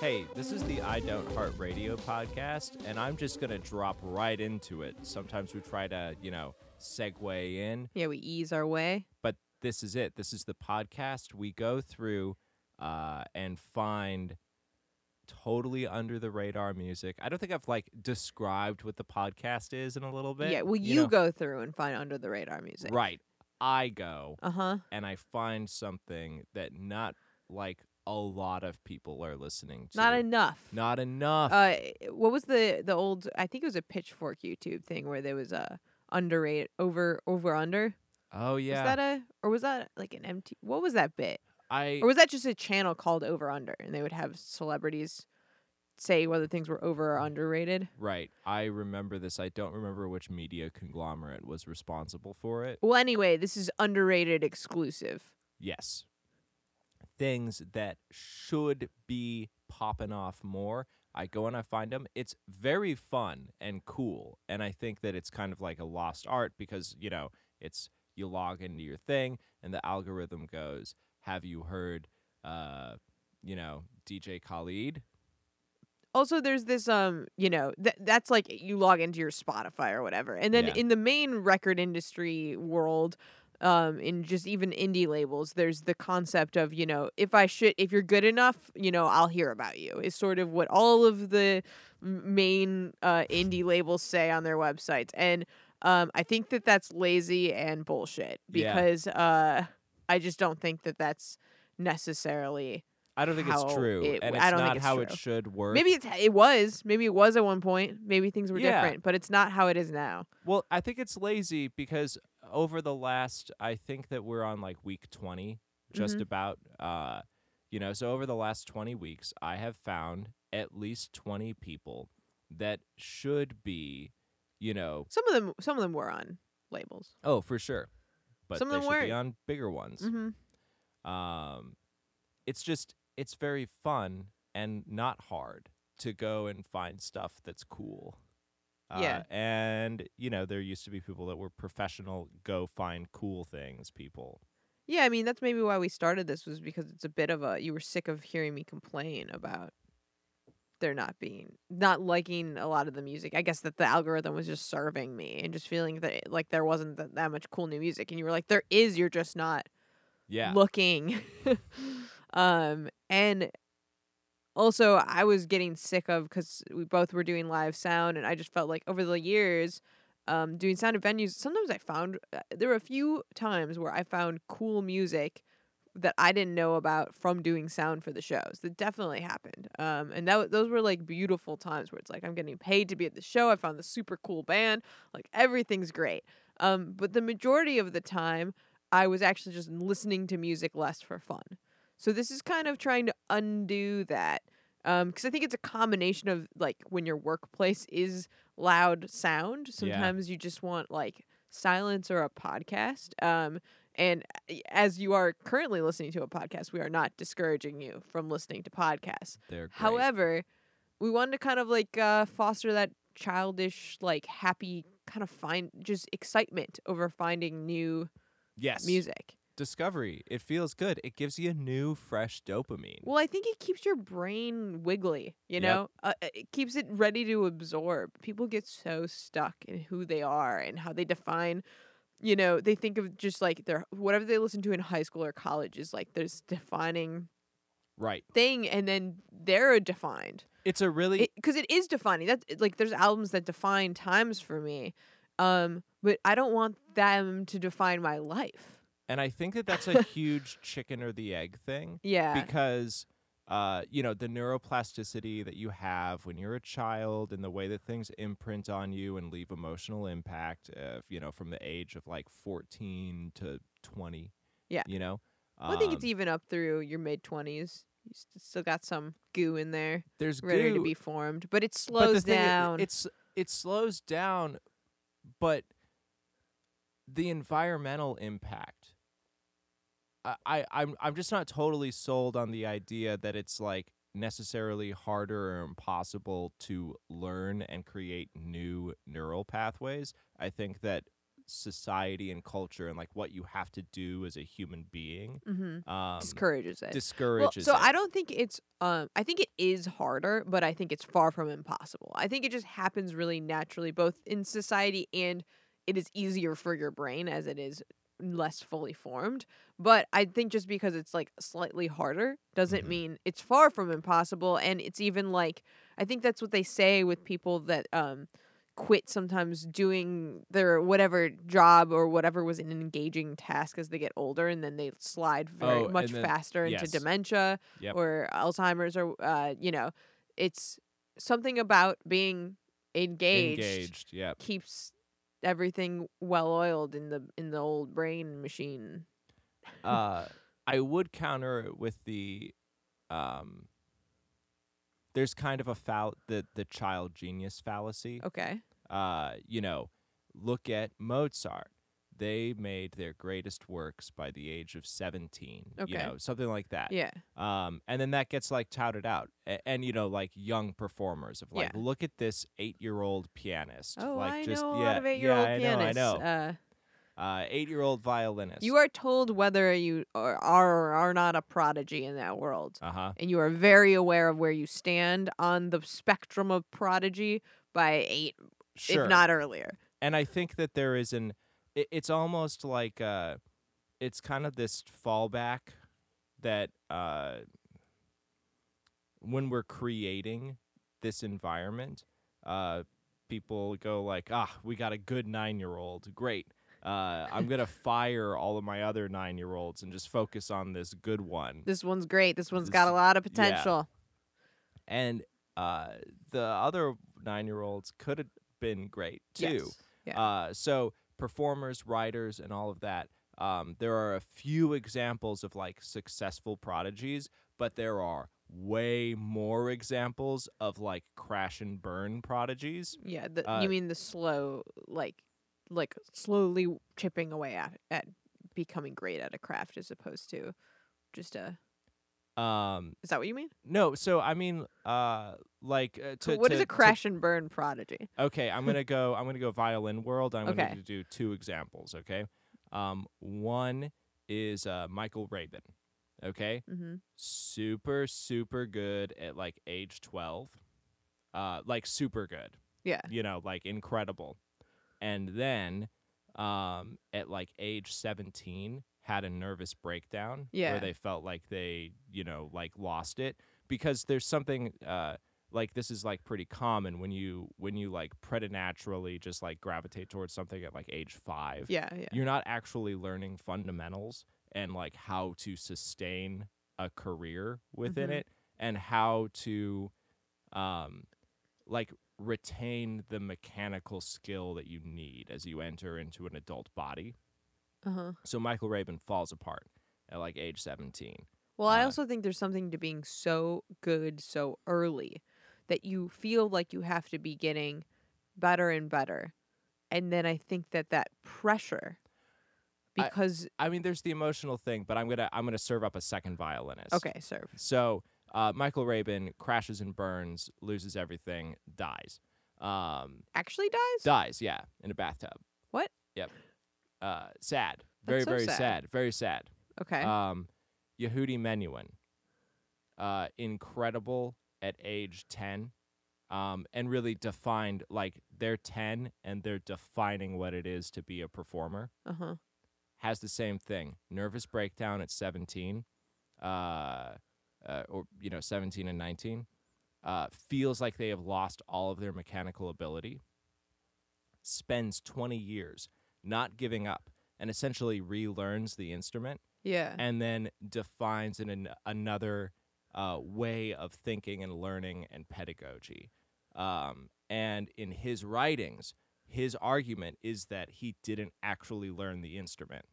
Hey, this is the I Don't Heart Radio podcast, and I'm just going to drop right into it. Sometimes we try to, you know, segue in, Yeah, we ease our way. but this is it. This is the podcast we go through uh, and find totally under the radar music. I don't think I've like described what the podcast is in a little bit. yeah, well, you, know? go through and find under the radar music. Right. I go Uh huh. and I find something that not like a lot of people are listening to. Not enough. Not enough. Uh, what was the the old? I think it was a Pitchfork YouTube thing where there was a underrated over over under. oh yeah. Was that a or was that like an MT? What was that bit? I Or was that just a channel called Over Under and they would have celebrities say whether things were Mm. over or underrated? Right. I remember this. I don't remember which media conglomerate was responsible for it. Well, anyway, this is underrated exclusive. Yes. Things that should be popping off more. I go and I find them. It's very fun and cool. And I think that it's kind of like a lost art because, you know, it's you log into your thing and the algorithm goes, Have you heard, uh, you know, DJ Khalid? also there's this um you know th- that's like you log into your spotify or whatever and then Yeah. in the main record industry world um in just even indie labels there's the concept of you know if i should if you're good enough you know i'll hear about you is sort of what all of the m- main uh indie labels say on their websites and um i think that that's lazy and bullshit Yeah. because uh i just don't think that that's necessarily I don't think it's How true. it- and it's I don't think not it's how true. it should work. Maybe it's, it was. Maybe it was at one point. Maybe things were Yeah. different, but it's not how it is now. Well, I think it's lazy because over the last, I think that we're on like week 20, just Mhm. about. Uh, you know, so over the last 20 weeks, I have found at least 20 people that should be, you know, Some of them, some of them were on labels. oh, for sure. But Some of they them should be weren't. on bigger ones. Mm-hmm. Um, it's just, it's very fun and not hard to go and find stuff that's cool. Yeah. Uh, and, you know, there used to be people that were professional, go find cool things people. Yeah, I mean that's maybe why we started this was because it's a bit of a you were sick of hearing me complain about there not being not liking a lot of the music. I guess that the algorithm was just serving me and just feeling that it- like there wasn't that, that much cool new music, and you were like, there is. You're just not Yeah. looking. um, and also, I was getting sick of because we both were doing live sound, and I just felt like over the years, um, doing sound at venues, sometimes I found uh, there were a few times where I found cool music that I didn't know about from doing sound for the shows. That definitely happened. Um, and that wa- those were like beautiful times where it's like I'm getting paid to be at the show. I found this super cool band. Like everything's great. Um, but the majority of the time, I was actually just listening to music less for fun. So this is kind of trying to undo that. Um, 'cause because I think it's a combination of like when your workplace is loud sound, sometimes you just want like silence or a podcast. Um, and a- as you are currently listening to a podcast, we are not discouraging you from listening to podcasts. They're great. However, we wanted to kind of like uh, foster that childish, like happy kind of find just excitement over finding new yes. music. Discovery. It feels good. It gives you new, fresh dopamine. Well, I think it keeps your brain wiggly, you Yep. know? Uh, uh, it keeps it ready to absorb. People get so stuck in who they are and how they define, you know, they think of just like their whatever they listen to in high school or college is like this defining right. thing and then they're defined. It's a really. because it is defining that like there's albums that define times for me um but i don't want them to define my life and I think that that's a huge chicken or the egg thing yeah because. Uh, you know the neuroplasticity that you have when you're a child and the way that things imprint on you and leave emotional impact uh, you know from the age of like 14 to 20 Yeah. you know Well, i think it's e Um, even up through your mid 20s you s- still got some goo in there there's ready to goo, be formed but it but the slows thing i- down it's it slows down, but the environmental impact. I, I I'm I'm just not totally sold on the idea that it's like necessarily harder or impossible to learn and create new neural pathways. I think that society and culture and like what you have to do as a human being Mm-hmm. um, Discourages it. Well, discourages. so it. I don't think it's. Um, I think it is harder, but I think it's far from impossible. I think it just happens really naturally, both in society and it is easier for your brain as it is less fully formed. But I think just because it's like slightly harder doesn't Mhm. mean it's far from impossible. And it's even like I think that's what they say with people that um quit sometimes doing their whatever job or whatever was an engaging task as they get older and then they slide very Oh, much and then- faster yes. into dementia Yep. or Alzheimer's or uh, you know, it's something about being engaged, engaged. Yeah. keeps everything well oiled in the in the old brain machine. uh, I would counter it with the um, there's kind of a foul the the child genius fallacy. Okay. Uh, you know, look at Mozart. They made their greatest works by the age of 17. Okay. You know, something like that. Yeah. Um, and then that gets like touted out. A- and, you know, like young performers of like, Yeah. look at this eight year old pianist. Oh, like I just, know a yeah, lot of eight-year-old yeah, I pianists. know, I know. Uh, Uh, eight year old violinist. you are told whether you are, are or are not a prodigy in that world, Uh huh. and you are very aware of where you stand on the spectrum of prodigy by eight, Sure. if not earlier. and I think that there is an it, it's almost like uh it's kind of this fallback that uh when we're creating this environment uh people go like ah we got a good 9-year-old great uh, I'm gonna fire all of my other nine-year-olds and just focus on this good one. This one's great. This one's This- got a lot of yeah. potential. And uh, the other nine-year-olds could have been great too. Yes. Yeah. Uh, so performers, writers, and all of that. Um, there are a few examples of like successful prodigies, but there are way more examples of like crash and burn prodigies. Yeah, the, Uh, you mean the slow, like, like slowly chipping away at at becoming great at a craft, as opposed to just a. Um, Is that what you mean? no, so I mean, uh, like uh, What to is to- a to- crash and burn prodigy? okay, I'm gonna go. I'm gonna go violin world. I'm Okay. gonna do two examples. Okay, um, one is uh, Michael Rabin. Okay, Mm-hmm. super super good at like age 12 uh like super good Yeah. you know like incredible and then um at like age 17 had a nervous breakdown Yeah. where they felt like they you know like lost it because there's something uh like this is like pretty common when you when you like preternaturally just like gravitate towards something at like age 5 Yeah. Yeah. you're not actually learning fundamentals and like how to sustain a career within Mhm. it and how to um like retain the mechanical skill that you need as you enter into an adult body Uh huh. so michael rabin falls apart at like age 17 Well, I Uh, also think there's something to being so good so early that you feel like you have to be getting better and better, and then I think that that pressure, I- because i mean there's the emotional thing but i'm gonna i'm gonna serve up a second violinist okay, serve. So uh, Michael Rabin crashes and burns, loses everything, dies. Um, Actually, dies. dies, yeah, in a bathtub. What? Yep. Uh, sad. Very, so very sad. sad. Very sad. okay. Um, Yehudi Menuhin, uh, incredible at age ten, um, and really defined like they're ten and they're defining what it is to be a performer uh huh. has the same thing nervous breakdown at 17 uh, uh, or you know 17 and 19 uh, feels like they have lost all of their mechanical ability spends 20 years not giving up and essentially relearns the instrument Yeah. and then defines in an, another uh, way of thinking and learning and pedagogy. Um, and in his writings, his argument is that he didn't actually learn the instrument.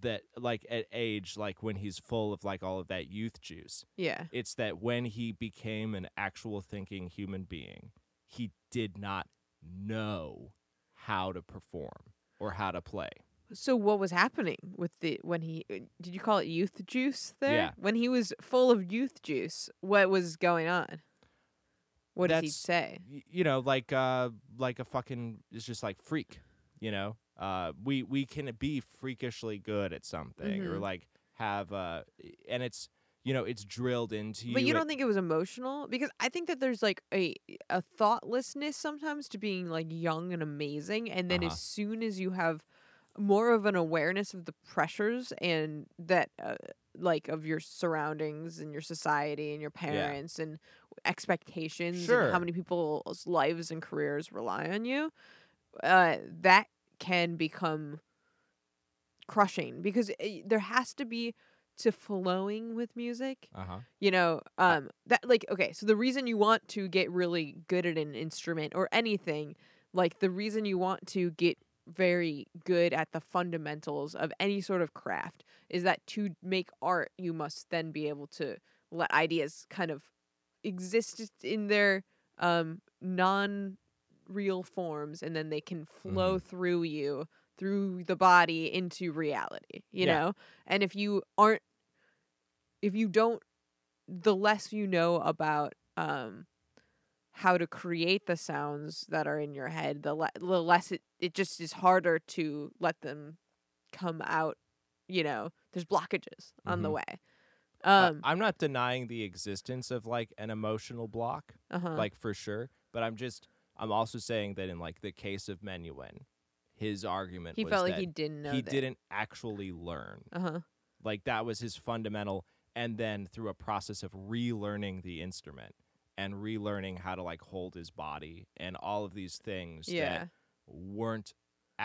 That like at age, like when he's full of like all of that youth juice, yeah. it's that when he became an actual thinking human being, he did not know how to perform or how to play. So what was happening with the when he uh, did you call it youth juice there? Yeah. When he was full of youth juice, what was going on? What does he That's- say? y- you know, like uh like a fucking it's just like freak, you know? Uh we we can be freakishly good at something or Mhm. like have uh and it's you know, it's drilled into you. But you it- don't think it was emotional? Because I think that there's like a e, a thoughtlessness sometimes to being like young and amazing and then Uh-huh. as soon as you have more of an awareness of the pressures and that uh, like of your surroundings and your society and your parents and expectations and Sure. how many people's lives and careers rely on you uh that can become crushing because eh, there has to be to flowing with music uh-huh. you know I- um that like okay so the reason you want to get really good at an instrument or anything like the reason you want to get very good at the fundamentals of any sort of craft is that to make art you must then be able to let ideas kind of exist in their um non real forms and then they can flow Mm-hmm. through you through the body into reality you Yeah. know and if you aren't if you don't the less you know about um how to create the sounds that are in your head the, le- the less it, it just is harder to let them come out you know there's blockages on the Mhm. way Uh, um I'm not denying the existence of like an emotional block, uh-huh. like for sure, but I'm just I'm also saying that in like the case of Menuhin, his argument he was felt like that he didn't know he that. didn't actually learn. uh-huh Like that was his fundamental and then through a process of relearning the instrument and relearning how to like hold his body and all of these things yeah that weren't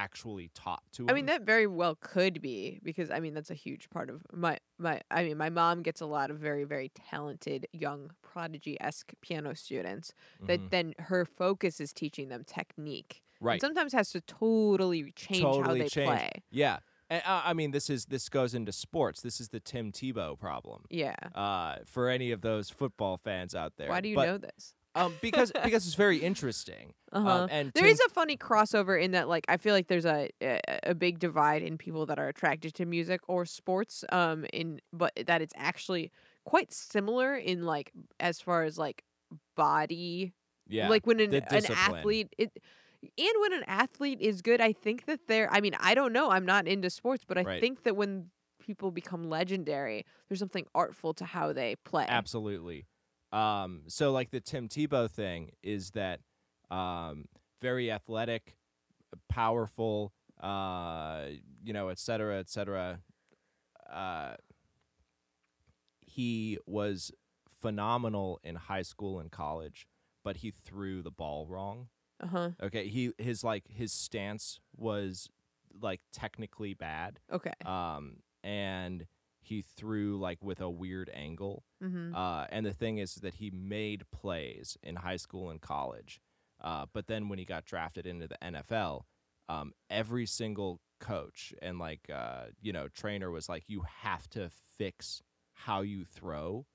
actually taught to him. I mean that very well could be because I mean that's a huge part of my my I mean my mom gets a lot of very very talented young prodigy esque piano students that Mhm. then her focus is teaching them technique. and Mm-hmm. right. sometimes has to totally change how Totally they change. play. yeah. And, uh, I mean this is this goes into sports. This is the Tim Tebow problem. Yeah. Uh, for any of those football fans out there. Why do you But, know this? Um, because because it's very interesting. Uh-huh. Um, and There Tim- is a funny crossover in that, like, I feel like there's a, a a big divide in people that are attracted to music or sports, um, in but that it's actually quite similar in like as far as like body, yeah. like when an, the an discipline. athlete it. And when an athlete is good, I think that they're. I mean, I don't know. I'm not into sports, but I Right. think that when people become legendary, there's something artful to how they play. Absolutely. Um, so like the Tim Tebow thing is that um, very athletic, powerful, uh, you know, et cetera, et cetera. Uh, he was phenomenal in high school and college, but he threw the ball wrong. Uh huh. Okay, he his like his stance was like technically bad, Okay. um, and he threw like with a weird angle. Mm-hmm. Uh, and the thing is that he made plays in high school and college. Uh, but then when he got drafted into the NFL, um, every single coach and like uh, you know trainer was like, you have to fix how you throw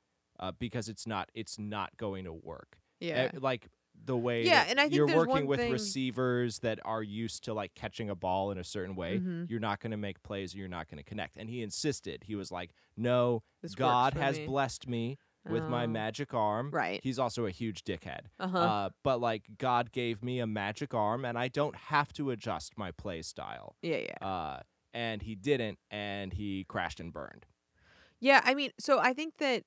uh, because it's not it's not going to work. Yeah. E- like the way Yeah, that and I think you're there's working one with thing- receivers that are used to like catching a ball in a certain way. Mhm. You're not going to make plays. You're not going to connect. And he insisted. He was like, "No, This works God for has me. blessed me with my Oh. magic arm. Right. He's also a huge dickhead. Uh-huh. Uh, but like God gave me a magic arm, and I don't have to adjust my play style. yeah. Yeah. Uh, and he didn't, and he crashed and burned. Yeah, I mean, so I think that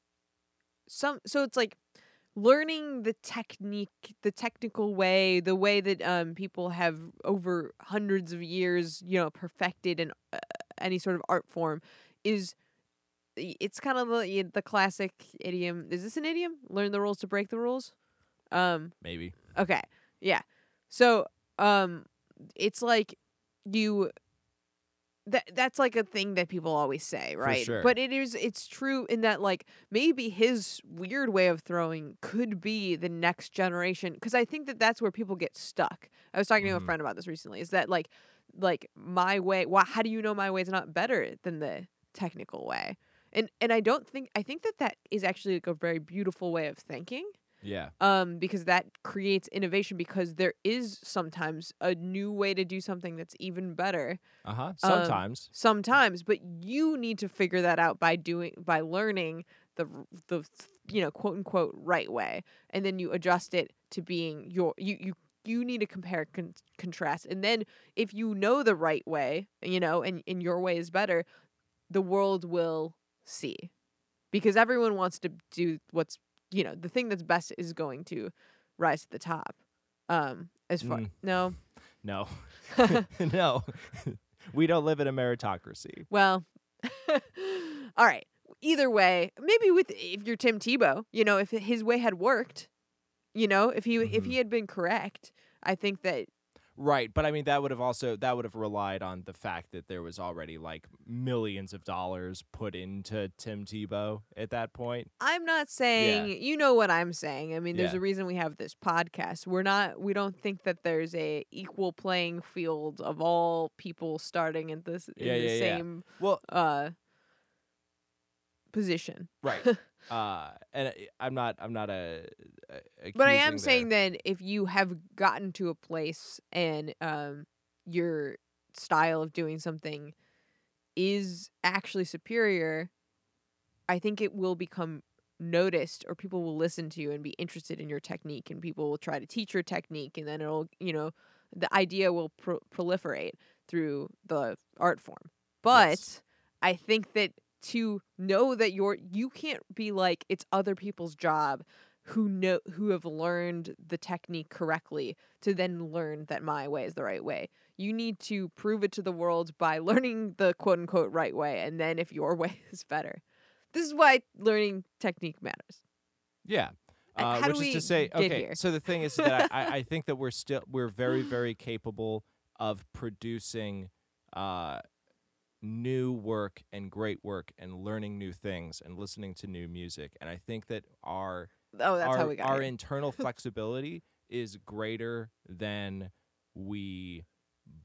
some so it's like learning the technique, the technical way, the way that um people have over hundreds of years, you know, perfected in uh, any sort of art form is i- it's kind of the, the classic idiom. Is this an idiom? Learn the rules to break the rules? Um Maybe. Okay. Yeah. So, um it's like you that that's like a thing that people always say, right? sure. But it is it's true in that like maybe his weird way of throwing could be the next generation cuz I think that that's where people get stuck. I was talking to Mhm. a friend about this recently. Is that like like my way, why how do you know my way is not better than the technical way? And and I don't think I think that that is actually like a very beautiful way of thinking Yeah. um, because that creates innovation because there is sometimes a new way to do something that's even better Uh Um, huh. Sometimes. sometimes but you need to figure that out by doing by learning the r- the you know quote unquote right way and then you adjust it to being your you you you need to compare con- contrast and then if you know the right way you know and and your way is better the world will see because everyone wants to do what's you know the thing that's best is going to rise to the top um as far Mm. no no. no. we don't live in a meritocracy. Well, all right. Either way, maybe with if you're Tim Tebow, you know, if his way had worked, you know, if he if Mhm. he had been correct, I think that Right, but I mean that would have also that would have relied on the fact that there was already like millions of dollars put into Tim Tebow at that point. I'm not saying you know what I'm saying. I mean, there's Yeah. a reason we have this podcast. We're not we don't think that there's a equal playing field of all people starting at this in Yeah, the yeah, yeah. same Well, uh position. right. uh, and I- I'm not I'm not a, a But I am accusing saying there. that if you have gotten to a place and um, your style of doing something is actually superior, I think it will become noticed or people will listen to you and be interested in your technique and people will try to teach your technique and then it'll, you know, the idea will pro- proliferate through the art form. But Yes. I think that to know that you're you can't be like it's other people's job who know who have learned the technique correctly to then learn that my way is the right way. You need to prove it to the world by learning the quote unquote right way and then if your way is better. This is why learning technique matters. yeah. Uh, Uh, how which do is we to say, get okay. here? So the thing is that I, I- I think that we're still we're very very capable of producing uh, new work and great work and learning new things and listening to new music. And I think that our Oh, that's our, how we got our here. internal flexibility is greater than we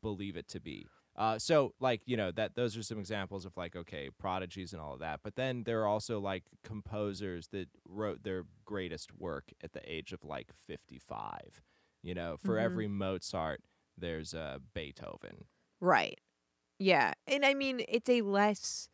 believe it to be. Uh, so like you know that those are some examples of like okay prodigies and all of that but then there are also like composers that wrote their greatest work at the age of like 55 you know for Mhm. every mozart there's a beethoven Right. Yeah. And I mean, it's a less.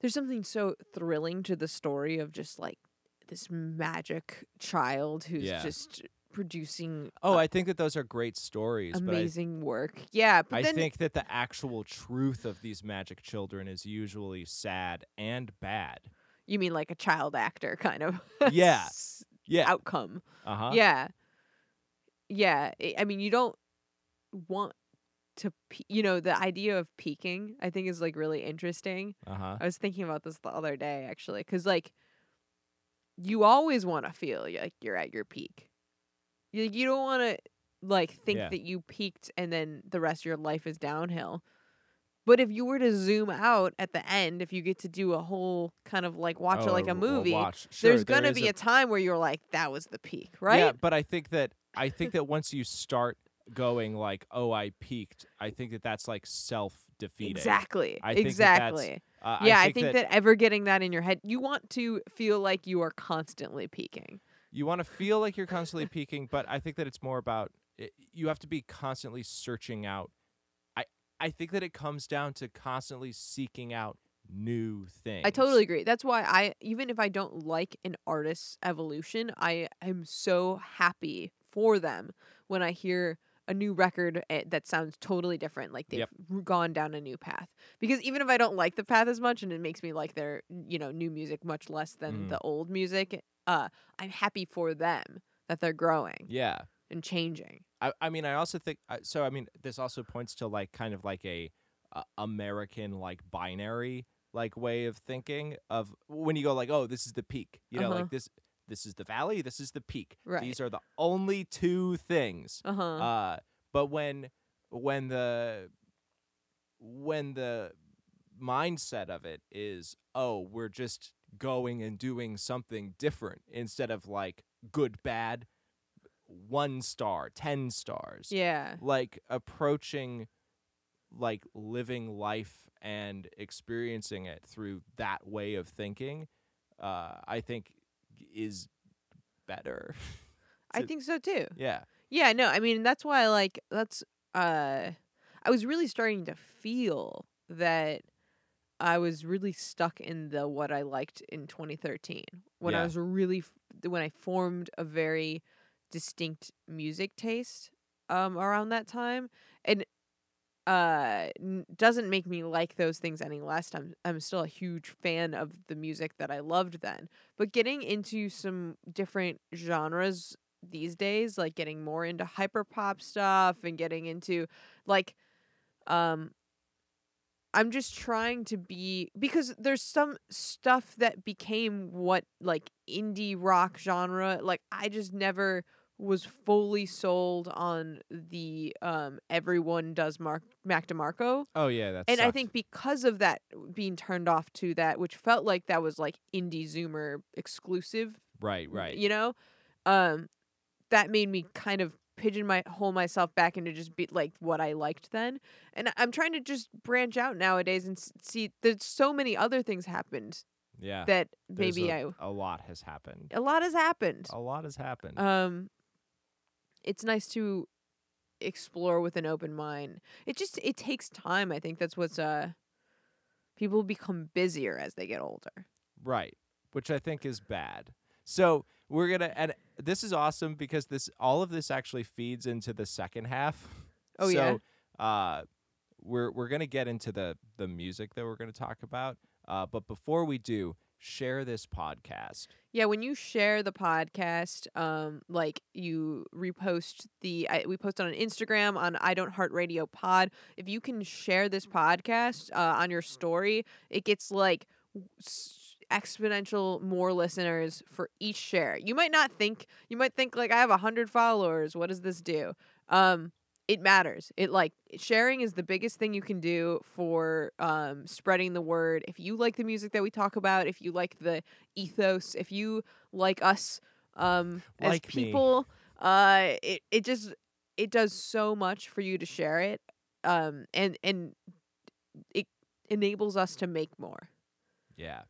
There's something so thrilling to the story of just like this magic child who's Yeah. just producing oh i think that those are great stories but I Uh, amazing work. Yeah. But I then, think that the actual truth of these magic children is usually sad and bad. you mean like a child actor kind of Yeah. s- Yeah. outcome. Uh huh. Yeah. Yeah. I- I mean, you don't want to, pe- you know, the idea of peaking, I think, is like really interesting. Uh huh. I was thinking about this the other day actually, because like you always want to feel y- like you're at your peak. You you don't want to like think Yeah. that you peaked and then the rest of your life is downhill. But if you were to zoom out at the end, if you get to do a whole kind of like watch it Oh, like a movie, there's gonna be a time where you're like, that was the peak, right? Yeah, but I think that I think that once you start going like, oh, I peaked. I think that that's like self defeating. exactly. I think that that's- exactly. Uh, yeah, I think, that ever getting that in your head, you want to feel like you are constantly peaking. you want to feel like you're constantly peaking, but I think that it's more about i you have to be constantly searching out. I I think that it comes down to constantly seeking out new things. I totally agree. That's why I even if I don't like an artist's evolution, I am so happy for them when I hear a new record eh, that sounds totally different like they've Yep. r- gone down a new path. Because even if I don't like the path as much and it makes me like their, you know, new music much less than Mhm. the old music, uh I'm happy for them that they're growing Yeah. and changing. I, I mean, I also think I- so. I mean, this also points to like kind of like a uh, American like binary like way of thinking of when you go like, oh, this is the peak, you know, Uh-huh. like this this is the valley, this is the peak. Right. These are the only two things. Uh-huh. Uh, but when when the when the mindset of it is, oh, we're just going and doing something different instead of like good bad one star ten stars yeah. like approaching like living life and experiencing it through that way of thinking uh i think is better. I to- think so too. yeah. Yeah, no, I mean that's why like that's uh I was really starting to feel that I was really stuck in the what I liked in 2013 when Yeah. I was really f- when I formed a very distinct music taste um around that time and uh n- doesn't make me like those things any less. I'm I'm still a huge fan of the music that I loved then. But getting into some different genres these days, like getting more into hyper pop stuff and getting into like um I'm just trying to be because there's some stuff that became what like indie rock genre like I just never was fully sold on the um everyone does Mark Mac DeMarco Oh yeah, that's and I think because of that being turned off to that which felt like that was like indie zoomer exclusive right, right. you know um that made me kind of pigeon my hole myself back into just be like what i liked then and I- i'm trying to just branch out nowadays and s- see there's so many other things happened yeah. that There's maybe I a, a lot has happened. a lot has happened A lot has happened. um it's nice to explore with an open mind it just it takes time i think that's what's uh people become busier as they get older Right, which I think is bad. So we're gonna and this is awesome because this all of this actually feeds into the second half. Oh, so, yeah. Uh, we're we're gonna get into the the music that we're gonna talk about. Uh, but before we do, share this podcast. Yeah, when you share the podcast, um, like you repost the I, we post it on Instagram on I don't heart radio pod. If you can share this podcast uh, on your story, it gets like s- exponential more listeners for each share. You might not think you might think like I have a hundred followers. What does this do? Um, it matters. It like sharing is the biggest thing you can do for um, spreading the word. If you like the music that we talk about, if you like the ethos. If you like us um, as Like me. people, uh, it it just it does so much for you to share it, um, and and it enables us to make more. Yeah.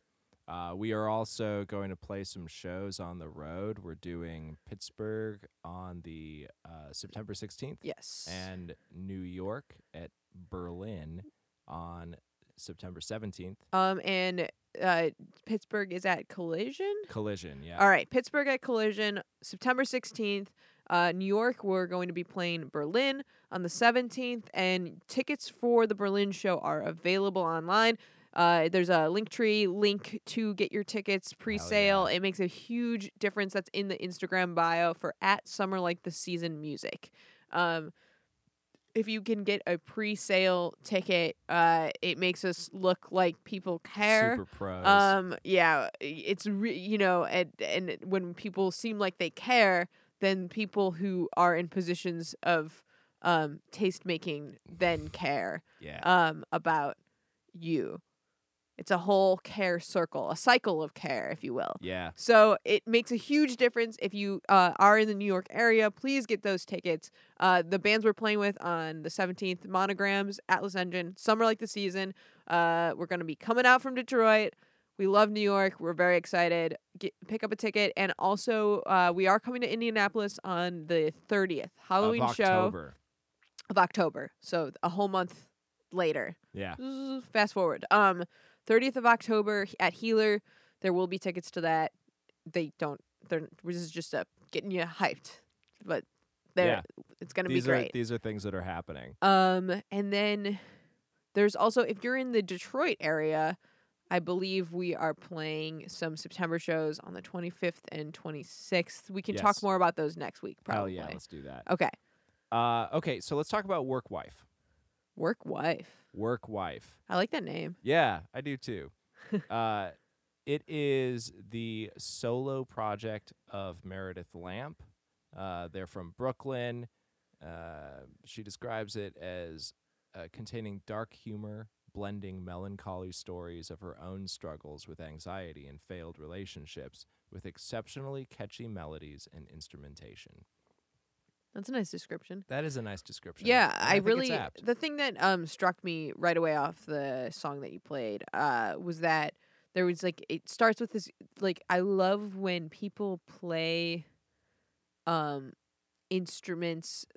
Uh, we are also going to play some shows on the road. We're doing Pittsburgh on the uh, September 16th. Yes. and New York at Berlin on September 17th. um and uh, Pittsburgh is at Collision. Collision, yeah. All right, Pittsburgh at Collision, September 16th. Uh, New York, we're going to be playing Berlin on the 17th, and tickets for the Berlin show are available online. Uh, there's a Linktree link to get your tickets pre-sale. It makes a huge difference. That's in the Instagram bio for at Summer Like the Season Music. Um, if you can get a pre-sale ticket, uh, it makes us look like people care. Super pros. Um, yeah, i- it's re- you know, and and it- when people seem like they care, then people who are in positions of um taste making then care yeah. um about you. It's a whole care circle, a cycle of care, if you will. yeah. So it makes a huge difference if you uh, are in the New York area. Please get those tickets. Uh, the bands we're playing with on the 17th Monograms, Atlas Engine, Summer Like the Season. Uh, we're going to be coming out from Detroit. We love New York. We're very excited. Get, pick up a ticket. And also, uh, we are coming to Indianapolis on the 30th, Halloween of show October. of October. So a whole month later Yeah. zzz, fast forward. Um, 30th of October h- at Healer, there will be tickets to that. They don't. They're this is just a getting you hyped, but they're it's gonna These be are great. these are things that are happening. um, and then there's also if you're in the Detroit area, I believe we are playing some September shows on the 25th and 26th. We can talk Yes. more about those next week, Probably. probably. yeah, let's do that. Okay, Uh, okay, so let's talk about work wife. work wife. Work wife. I like that name. Yeah, I do too. uh, it is the solo project of Meredith Lamp. Uh, they're from Brooklyn. Uh, she describes it as uh, containing dark humor, blending melancholy stories of her own struggles with anxiety and failed relationships with exceptionally catchy melodies and instrumentation. That's a nice description. That is a nice description. Yeah, and I, think it's really apt. the thing that um struck me right away off the song that you played uh was that there was like it starts with this like I love when people play um instruments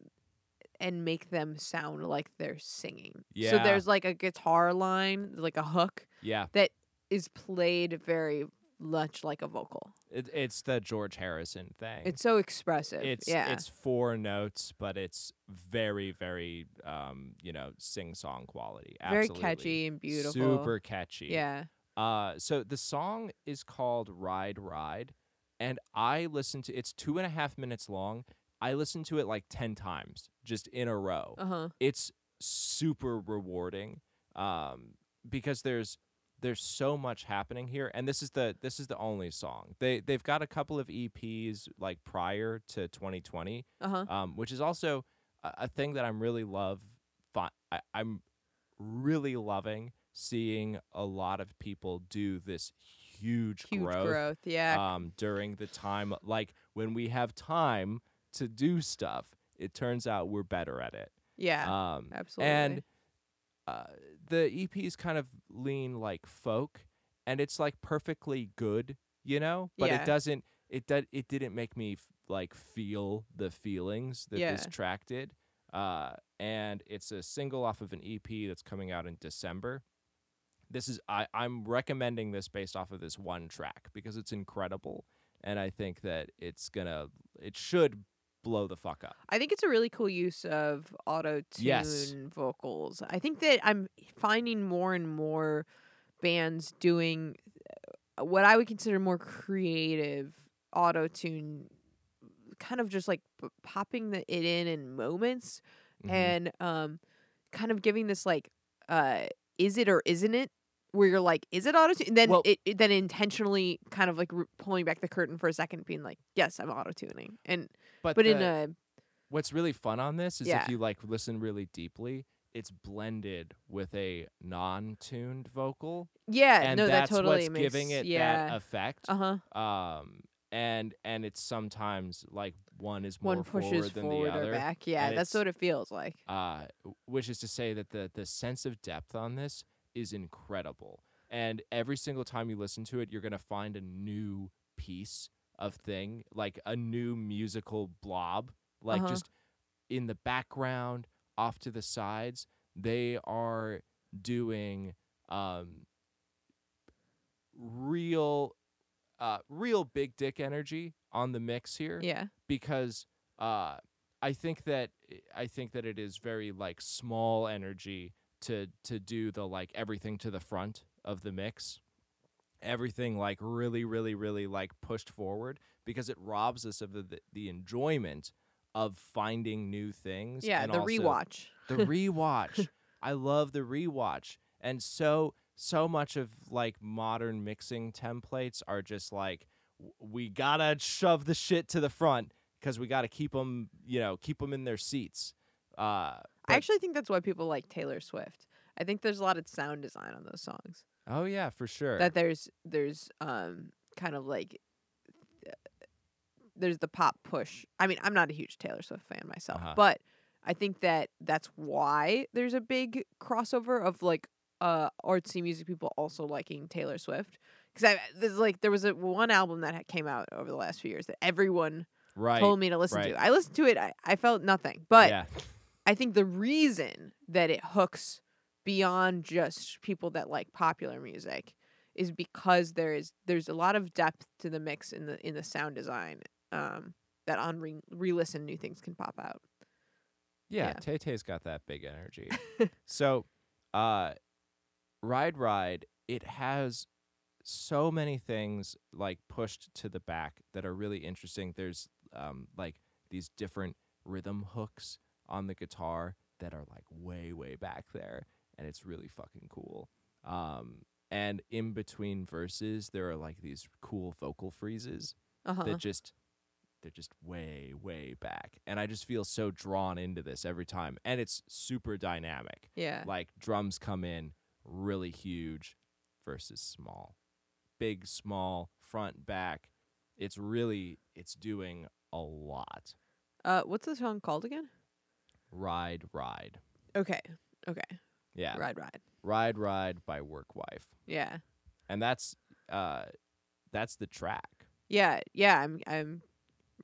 and make them sound like they're singing. So Yeah. there's like a guitar line, like a hook Yeah, is played very much like a vocal. it, it's the George Harrison thing. It's so expressive. it's yeah. it's four notes, but it's very very um you know sing song quality. very Absolutely. catchy and beautiful. super catchy. Yeah. Uh, so the song is called Ride Ride, and I listened to it's two and a half minutes long. I listened to it like ten times just in a row. Uh-huh. It's super rewarding um, because there's there's so much happening here, and this is the this is the only song they they've got a couple of EPs like prior to 2020, Uh-huh. um, which is also a, a thing that I'm really love. Fi- I, I'm really loving seeing a lot of people do this huge, Huge growth. Yeah. um, during the time. Like when we have time to do stuff, it turns out we're better at it. yeah. Um, absolutely. and uh, the EPs kind of lean like folk, and it's like perfectly good, you know. But Yeah. it doesn't. It did. It didn't make me f- like feel the feelings that this Yeah. track did. Uh, and it's a single off of an EP that's coming out in December. This is I, I'm recommending this based off of this one track because it's incredible, and I think that it's gonna it should blow the fuck up. I think it's a really cool use of auto tune Yes. vocals. I think that I'm finding more and more bands doing uh, what I would consider more creative auto tune, kind of just like p- popping the, it in in moments Mhm. and um, kind of giving this like, uh, is it or isn't it? Where you're like, is it auto tune? Then Well- it, it then intentionally kind of like r pulling back the curtain for a second, being like, yes, I'm auto tuning, and but but in the- a what's really fun on this is Yeah. if you like listen really deeply it's blended with a non-tuned vocal Yeah, and Eh, no, that's that totally what's makes, giving it yeah. that effect uh huh. um and and it's sometimes like one is more One pushes forward than forward the other or back. Yeah, and that's it's- what it feels like. uh, w- which is to say that the the sense of depth on this is incredible. And every single time you listen to it, you're gonna find a new piece of thing, like a new musical blob, like Uh-huh. just in the background, off to the sides. They are doing um, real, uh, real big dick energy on the mix here Yeah, because uh, I think that eh, I think that it is very like small energy to to do the like everything to the front of the mix, everything like really really really like pushed forward because it robs us of the the, the enjoyment of finding new things. yeah. and The also- rewatch. the rewatch. I love the rewatch. And so so much of like modern mixing templates are just like w- we got to shove the shit to the front cuz we got to keep them, you know, keep them in their seats. Uh I but- actually think that's why people like Taylor Swift. I think there's a lot of sound design on those songs. oh yeah, for sure. That there's there's um kind of like uh, there's the pop push. I mean, I'm not a huge Taylor Swift fan myself, Uh-huh. but I think that that's why there's a big crossover of like uh artsy music people also liking Taylor Swift. Because I there's like there was a one album that ha- came out over the last few years that everyone right. told me to listen right. to. I listened to it. I, I felt nothing, but yeah. I think the reason that it hooks beyond just people that like popular music is because there is there's a lot of depth to the mix in the in the sound design um, that on re- re-listen new things can pop out. Yeah, Yeah. Tay Tay's got that big energy. so, uh, Ride Ride, it has so many things like pushed to the back that are really interesting. There's um, like these different rhythm hooks on the guitar that are like way, way back there. And it's really fucking cool. Um, and in between verses, there are like these cool vocal freezes Uh-huh. that just they're just way way back and i just feel so drawn into this every time and it's super dynamic yeah. like drums come in really huge versus small big small front back it's really it's doing a lot Uh what's the song called again? ride ride Okay. Okay. yeah Ride Ride. ride ride by work wife Yeah. and that's uh that's the track Yeah. Yeah, I'm I'm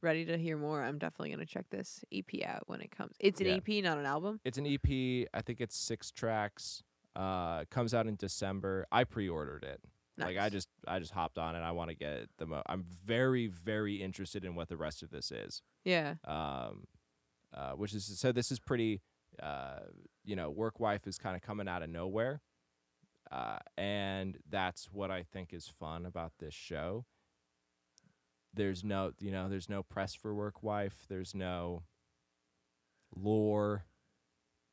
ready to hear more. I'm definitely gonna check this EP out when it comes. It's an Yeah. EP, not an album. It's an EP. I think it's six tracks. Uh, comes out in December. I pre-ordered it. Like I Nice. just I just hopped on it. I want to get it the mo- I'm very very interested in what the rest of this is. yeah, Um, uh, which is so this is pretty. Uh, you know, work wife is kind of coming out of nowhere. Uh, and that's what I think is fun about this show. There's no, you know, there's no press for work wife. There's no lore.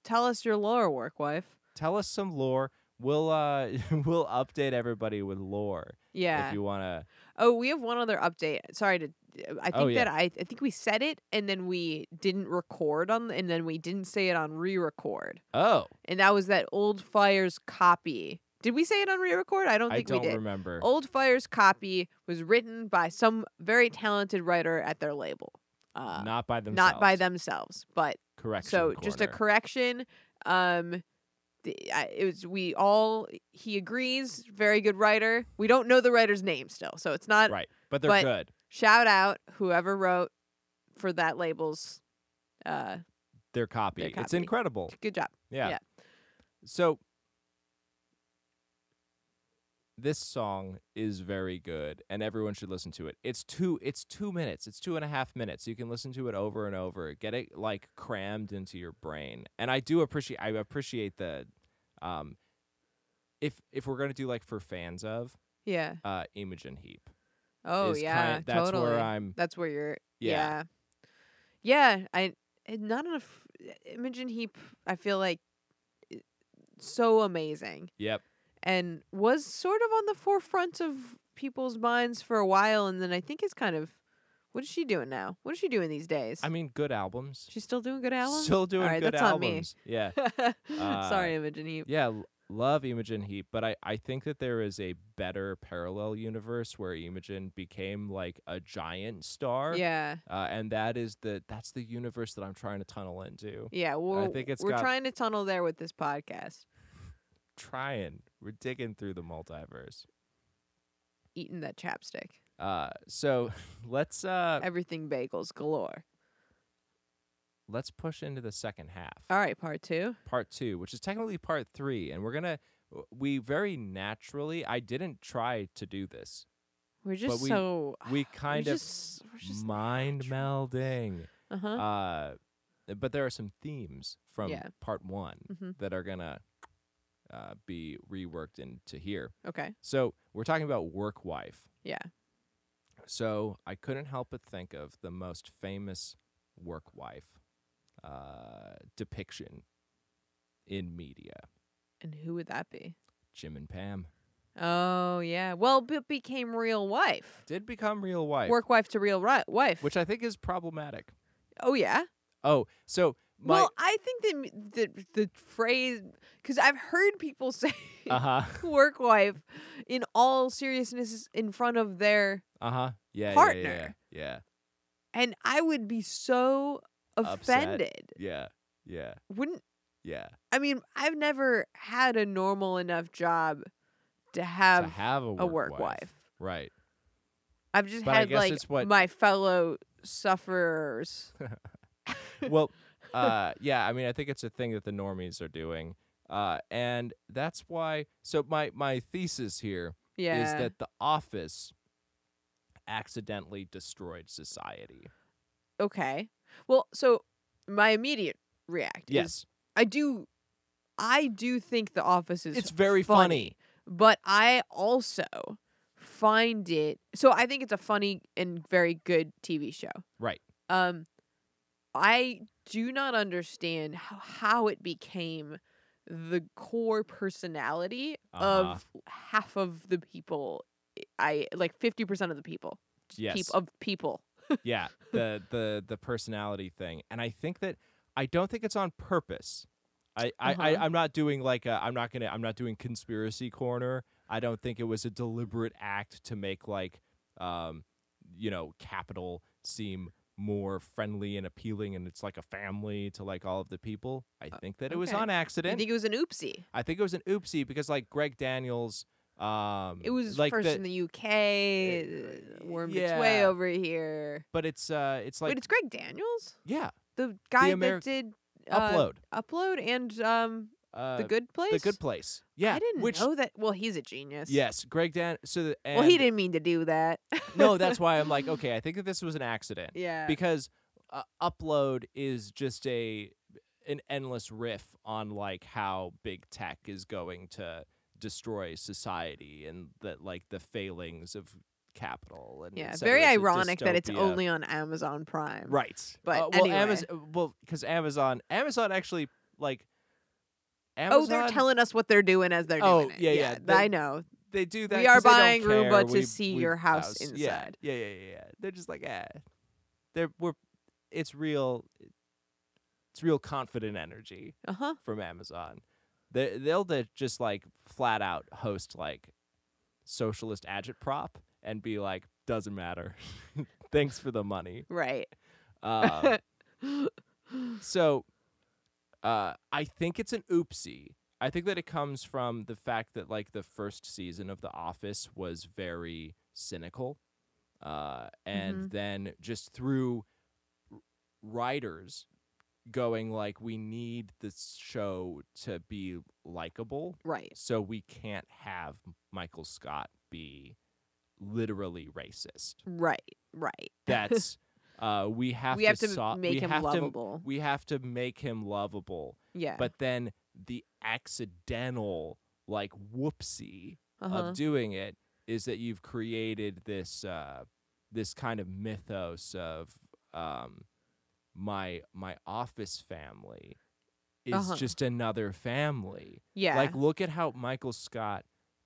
tell us your lore, work wife. tell us some lore. We'll uh we'll update everybody with lore Yeah. if you want to. Oh, we have one other update. Sorry to. uh, I think Oh, yeah. that I, I think we said it and then we didn't record on, and then we didn't say it on re-record, Oh, and that was that old fires copy. Did we say it on re-record? I don't I think don't we did. Oh, remember. Old Fire's copy was written by some very talented writer at their label, uh, not by themselves. not by themselves. But Correction. so just a corner. correction. correction. Um, the, I, it was we all he agrees. Very good writer. We don't know the writer's name still, so it's not right, but they're but- good. shout out whoever wrote for that label's uh They're copy. their It's copy. incredible. good job Yeah. yeah. So this song is very good, and everyone should listen to it. It's two. It's two minutes. It's two and a half minutes. You can listen to it over and over. Get it like crammed into your brain. And I do appreciate. I appreciate the. Um, if if we're gonna do like for fans of yeah uh, Imogen Heap. oh is yeah kind- that's totally where I'm. that's where you're Yeah. yeah yeah, I I not enough uh, Imogen Heap I feel like i- so amazing Yep. and was sort of on the forefront of people's minds for a while and then I think is kind of what is she doing now what is she doing these days I mean, good albums. she's still doing good albums Still doing right, good that's on me. albums. Yeah. Uh, sorry Imogen Heap Yeah, l- love Imogen Heap, but I, I think that there is a better parallel universe where Imogen became like a giant star. yeah Uh, and that is the that's the universe that I'm trying to tunnel into. Yeah, we're think it's we're got- trying to tunnel there with this podcast, Trying. We're digging through the multiverse. eating that chapstick, Uh, so let's uh everything bagels galore. let's push into the second half. All right, part two. part two, which is technically part three, and we're gonna w- we very naturally I didn't try to do this. We're just we- so We we're kind of just, we're just mind melding. uh-huh. Uh, but there are some themes from Yeah. part one Mhm. that are gonna uh, be reworked into here. okay. So we're talking about work wife. Yeah. So I couldn't help but think of the most famous work wife uh, depiction in media: And who would that be? Jim and Pam. Oh yeah. Well, but became real wife. Did become real wife, Work wife to real ri- wife. which I think is problematic. oh yeah. Oh, so my well, I think that m- the the phrase because I've heard people say uh huh work wife in all seriousness in front of their uh huh yeah yeah, yeah yeah Partner. yeah and I would be so Upset. offended. yeah yeah Wouldn't yeah. I mean, I've never had a normal enough job to have, to have a work, a work wife. right? I've just But I had guess like it's what- my fellow sufferers. well, uh, yeah. I mean, I think it's a thing that the normies are doing, uh, and that's why. So my my thesis here is Yeah. that the office accidentally destroyed society. okay. Well, so my immediate react is Yes, I do I do think the office is it's very funny. funny. but I also find it so I think it's a funny and very good TV show. Right. Um I do not understand how, how it became the core personality Uh-huh. of half of the people I like 50% of the people Just peop- Yes. of people. yeah, the the the personality thing, and I think that I don't think it's on purpose. I, I, I Uh-huh. I'm not doing like a, I'm not gonna I'm not doing conspiracy corner. I don't think it was a deliberate act to make like um you know capital seem more friendly and appealing and it's like a family to like all of the people. I think that it was Uh, okay. on I accident. think it was an oopsie. I think it was an oopsie because like Greg Daniels Um, It was like first the- in the UK, uh, wormed its way yeah. over here. but it's uh, it's like Wait, it's Greg Daniels, yeah, the guy Ameri- that did uh, upload upload and um uh, the Good Place. the good place. Yeah, I didn't which know that. Well, he's a genius. yes, Greg Dan. So the- and, Well, he didn't mean to do that. No, that's why I'm like okay. I think that this was an accident. yeah. because uh, upload is just a an endless riff on like how big tech is going to destroy society and that like the failings of capital and yeah. et cetera. Very It's a ironic that it's dystopia. only on Amazon Prime. right but Uh, well anyway. amazon well because amazon amazon actually like amazon Oh, they're telling us what they're doing as they're Oh, doing it. yeah, yeah, th- they- I know. they do that we are 'cause they don't buying Roomba care. to We- see we- your house Yeah. inside. yeah yeah yeah yeah they're just like ah they're we're it's real it's real confident energy Uh huh. from Amazon. They they'll de- just like flat out host like socialist agitprop and be like, doesn't matter. Thanks for the money. Right. Um, so uh, I think it's an oopsie. I think that it comes from the fact that like the first season of The Office was very cynical, uh, and Mhm. then just through r- writers going like, we need this show to be likable, right. so we can't have Michael Scott be literally racist. Right. Right. That's uh, we have we to have to so- make we him have to- lovable. we have to make him lovable yeah. but then the accidental like whoopsie uh-huh. of doing it is that you've created this uh this kind of mythos of um my my office family is Uh-huh. just another family yeah. like look at how michael scott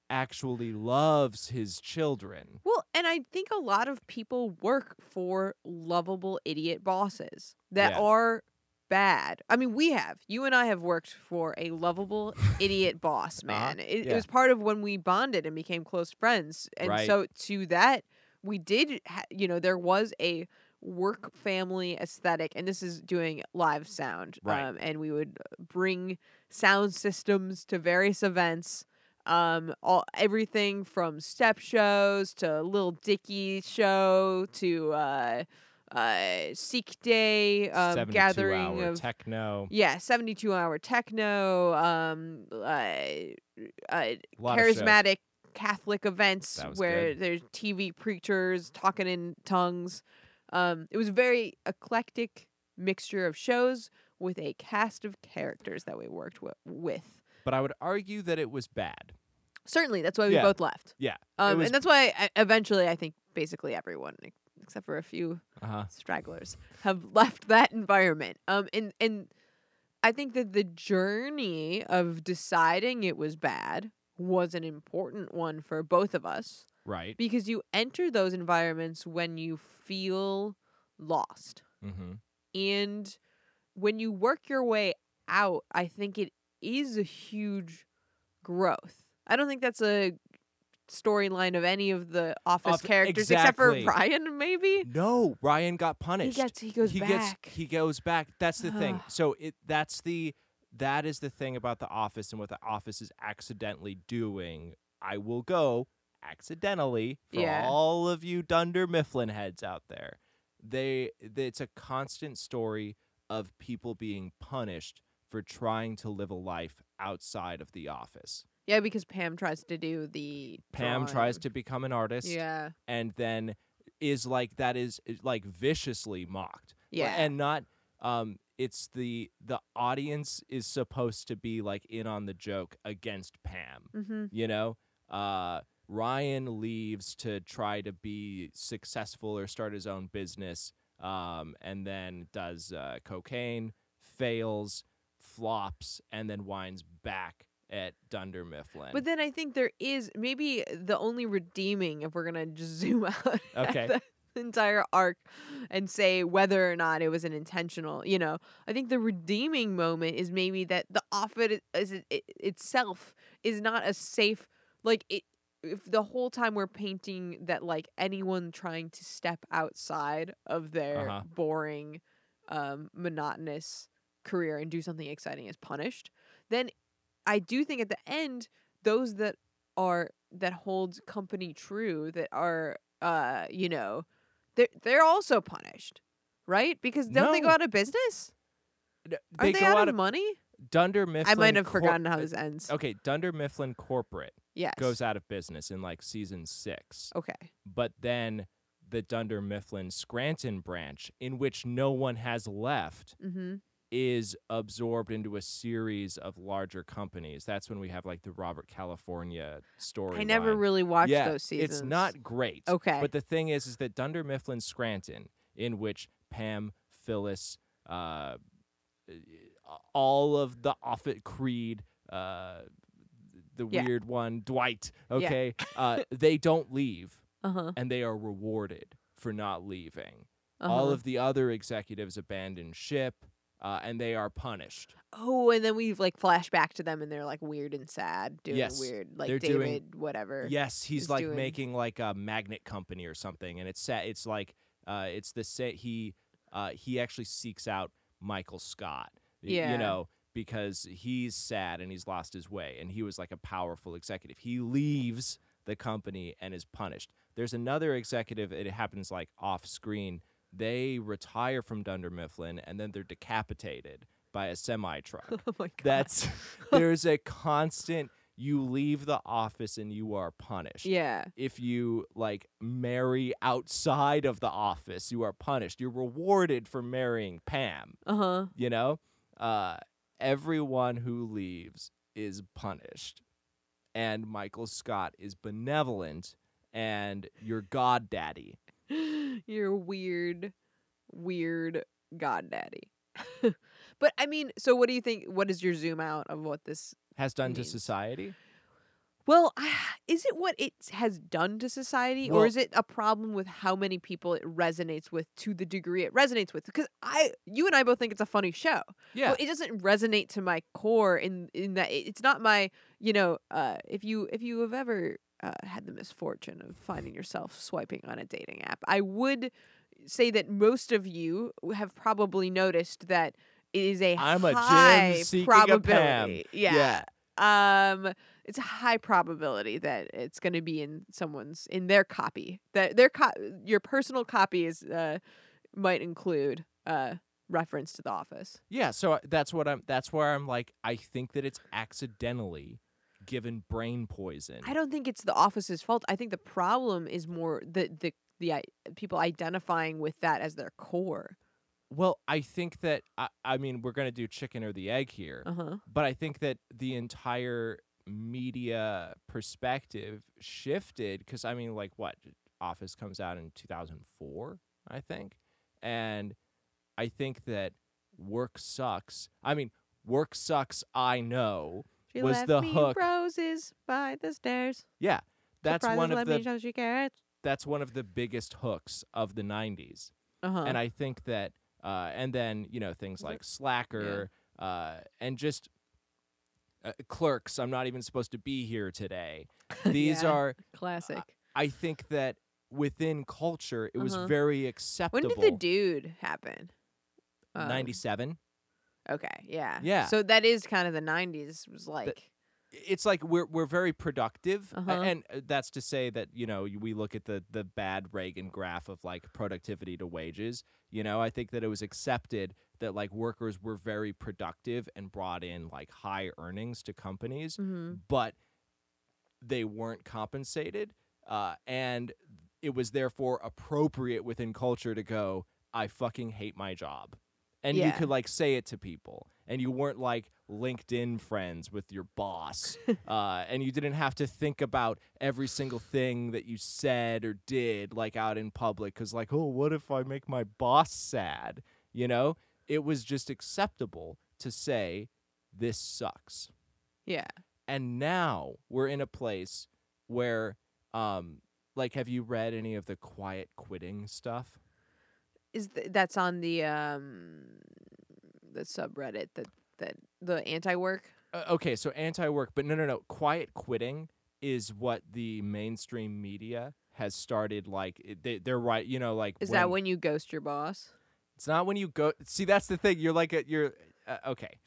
actually loves his children Well, and I think a lot of people work for lovable idiot bosses that Yeah. are bad. I mean, we have. You and I have worked for a lovable idiot boss, man. It, Uh-huh. yeah. it was part of when we bonded and became close friends. And Right. so to that, we did, ha- you know, there was a work family aesthetic and this is doing live sound Right. um, and we would bring sound systems to various events um all everything from step shows to Lil Dicky show to uh uh Sikh Day um 72 gathering hour of techno yeah 72 hour techno um uh, uh lot of shows. charismatic Catholic events That was where good. there's TV preachers talking in tongues. Um, it was a very eclectic mixture of shows with a cast of characters that we worked wi- with. but i would argue that it was bad Certainly, that's why we Yeah. both left. yeah Um, was- and that's why I, eventually I think basically everyone ex- except for a few uh-huh stragglers have left that environment. Um, and and I think that the journey of deciding it was bad was an important one for both of us right because you enter those environments when you feel lost. mm-hmm And when you work your way out, I think it is a huge growth. I don't think that's a storyline of any of the office Of- characters exactly. except for Ryan maybe. No, Ryan got punished. He gets he goes he back. gets he goes back. That's the thing. Ugh. So it that's the that is the thing about the office and what the office is accidentally doing. I will go accidentally for Yeah. all of you Dunder Mifflin heads out there. They th- it's a constant story of people being punished for trying to live a life outside of the office. yeah, because Pam tries to do the Pam tries drawing. to become an artist Yeah. and then is like that is is, like viciously mocked Like, Yeah. and not um it's the the audience is supposed to be like in on the joke against pam Mm-hmm. you know uh ryan leaves to try to be successful or start his own business um and then does uh, cocaine fails flops and then winds back at dunder mifflin But then I think there is maybe the only redeeming if we're gonna just zoom out at Okay. the entire arc and say whether or not it was an intentional. You know, I think the redeeming moment is maybe that the office is it, itself is not a safe like it. If the whole time we're painting that like anyone trying to step outside of their Uh-huh. boring, um, monotonous career and do something exciting is punished, then I do think at the end, those that are that holds company true that are uh you know they're they're also punished right because don't they go No. out of business They aren't they go out, out of money Dunder Mifflin. i might have Cor- forgotten how this ends Okay, Dunder Mifflin Corporate yes goes out of business in like season six, okay but then the Dunder Mifflin Scranton branch, in which no one has left, mm-hmm is absorbed into a series of larger companies. That's when we have like the Robert California story. i never really watched yeah, those seasons It's not great. okay But the thing is, is that Dunder Mifflin Scranton, in which Pam, Phyllis, uh, all of the Offutt Creed, uh, the Yeah. weird one, Dwight, okay, uh, they don't leave uh-huh, and they are rewarded for not leaving. uh-huh. All of the other executives abandon ship uh, and they are punished. oh and then we like flash back to them and they're like weird and sad doing Yes, weird like they're david doing- whatever Yes, he's is like doing. making like a magnet company or something, and it's set. It's like uh, it's the set he uh, he actually seeks out Michael Scott. y- Yeah. you know because he's sad and he's lost his way, and he was like a powerful executive. He leaves the company and is punished. There's another executive. It happens like off screen. They retire from Dunder Mifflin, and then they're decapitated by a semi truck. oh my god That's there's a constant you leave the office and you are punished. yeah If you like marry outside of the office, you are punished. You're rewarded for marrying Pam, uh-huh you know? Uh everyone who leaves is punished. And Michael Scott is benevolent and your god daddy. You're weird, weird goddaddy. but I mean, so what do you think? What is your zoom out of what this? Has done to Means. society? Well, I- is it what it has done to society, or Well- is it a problem with how many people it resonates with to the degree it resonates with? Because I, you and I both think it's a funny show. Yeah. But it doesn't resonate to my core in in that it- it's not my you know uh, if you if you have ever uh, had the misfortune of finding yourself swiping on a dating app, I would say that most of you have probably noticed that it is a I'm a Jim high seeking a Pam. probability. Yeah. Um, it's a high probability that it's going to be in someone's in their copy. That their co- your personal copy is uh might include uh reference to the office. Yeah, so I- that's what I'm. That's where I'm like, I think that it's accidentally given brain poison. I don't think it's the office's fault. I think the problem is more the the the i- people identifying with that as their core. well, I think that I, I mean we're gonna do chicken or the egg here, Uh huh. but I think that the entire media perspective shifted because I mean, like, what Office comes out in 2004, I think, and I think that work sucks. I mean, work sucks. I know. She Was left the me hook- roses by the stairs. Yeah, that's Surprises one let of me the show you carrots. that's one of the biggest hooks of the 90s. Uh huh. and I think that, uh, and then you know things Is it- like Slacker, uh, and just uh, clerks. I'm not even supposed to be here today. These Yeah. are, Classic. I think that within culture, it was Uh-huh. very acceptable. when did the dude happen? Um, Ninety-seven. Okay. Yeah. Yeah. So that is kind of the nineties. Was like. It's like we're we're very productive, a- Uh-huh. and uh, that's to say that you know we look at the the bad Reagan graph of like productivity to wages. You know, I think that it was accepted that like workers were very productive and brought in like high earnings to companies. mhm. but they weren't compensated. Uh, and it was therefore appropriate within culture to go, I fucking hate my job. And you Yeah. could like say it to people, and you weren't like LinkedIn friends with your boss, uh, and you didn't have to think about every single thing that you said or did like out in public, because like, oh, what if I make my boss sad? You know, it was just acceptable to say, this sucks Yeah. and now we're in a place where um like have you read any of the quiet quitting stuff Is th- that's on the um the subreddit that that the anti work. uh, okay so anti-work but no no no quiet quitting is what the mainstream media has started like it- they, they're right you know like Is that when you ghost your boss? it's not when you go see that's the thing you're like a, you're uh, okay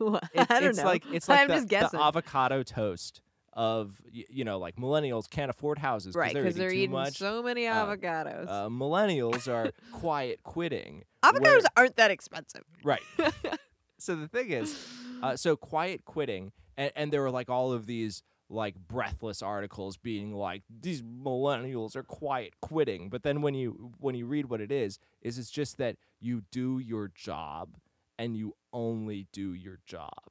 Well, It- I don't it's know. like it's like I'm the, just the guessing. avocado toast of y- you know like millennials can't afford houses right? they're Because eating they're too eating much. so many uh, avocados. uh, millennials are quiet quitting. where- avocados aren't that expensive. Right. so the thing is, uh, so quiet quitting, and, and there were like all of these like breathless articles being like these millennials are quiet quitting. But then when you when you read what it is, is it's just that you do your job and you only do your job,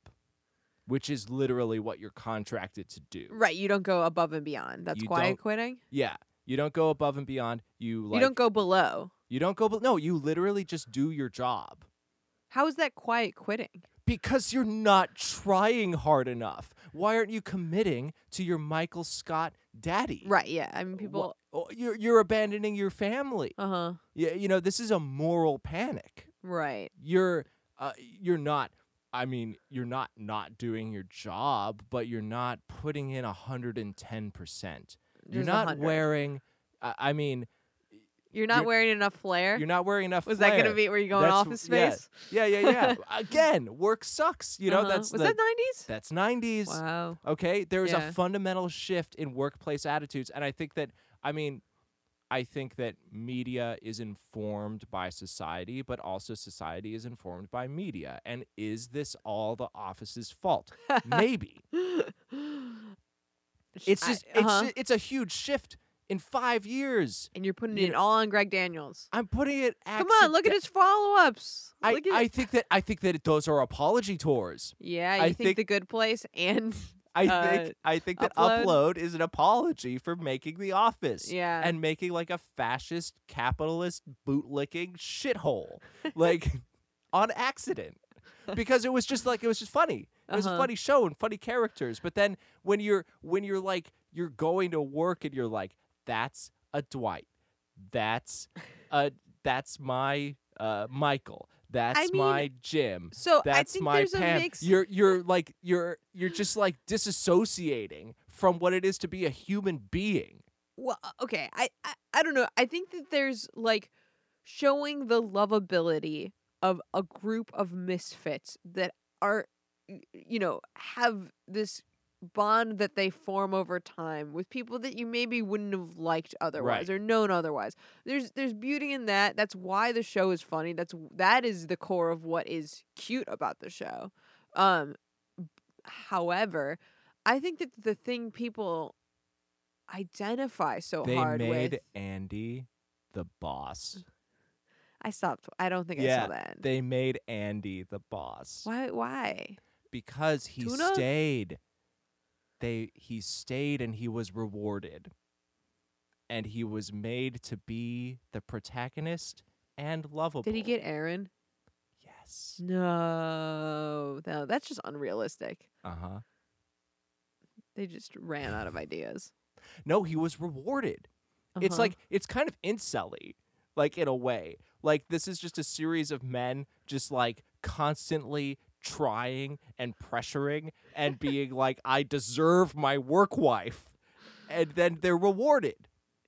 which is literally what you're contracted to do. right, you don't go above and beyond. That's You quiet don't- quitting. Yeah. You don't go above and beyond. You like you don't go below. you don't go. But no, you literally just do your job. How is that quiet quitting? Because you're not trying hard enough. Why aren't you committing to your Michael Scott daddy? Right, yeah. I mean, Wha- people. oh, You're, you're abandoning your family. Uh huh. Yeah, you know, this is a moral panic. Right. You're, uh, you're not, I mean, you're not not doing your job, but you're not putting in 110%. You're There's a not hundred. wearing, I I mean, You're not you're- wearing enough flair. you're not wearing enough was that going to flair. be? Were you going That's- office yeah, space? Yeah, yeah, yeah. Again, work sucks. You know, Uh-huh. that's was the- that nineties? that's 90s. Wow. Okay, there is Yeah. a fundamental shift in workplace attitudes, and I think that I mean, I think that media is informed by society, but also society is informed by media. And is this all the office's fault? Maybe it's I- just uh-huh. it's ju- it's a huge shift in five years. and you're putting you it know- all on Greg Daniels. I'm putting it. Come on, look at accident- his follow-ups. I, Look at I it. think that I think that those are apology tours. yeah, you I think, think- the good place and I Uh, think I think that Upload? upload is an apology for making the office. yeah, and making like a fascist capitalist bootlicking shithole like on accident because it was just like it was just funny it was Uh-huh. a funny show and funny characters but then when you're when you're like you're going to work and you're like that's a dwight that's uh that's my uh michael that's mean, my jim so I that's think my there's Pam. a mix. You're you're like you're you're just like disassociating from what it is to be a human being. well, uh, okay, I, I I don't know. I think that there's like showing the lovability of a group of misfits that are, y- you know, have this bond that they form over time with people that you maybe wouldn't have liked otherwise or known otherwise. There's there's beauty in that. That's why the show is funny. That's that is the core of what is cute about the show. Um however, I think that the thing people identify so they hard made with Mm. Andy the boss. I stopped. I don't think I Yeah, saw that. They made Andy the boss why why? because he Tuna? stayed. They he stayed and he was rewarded. And he was made to be the protagonist and lovable. Did he get Aaron? Yes. No. No, that's just unrealistic. Uh-huh. They just ran out of ideas. No, he was rewarded. It's Uh-huh. like it's kind of incelly, like in a way. Like this is just a series of men just like constantly trying and pressuring and being like, I deserve my work wife. And then they're rewarded.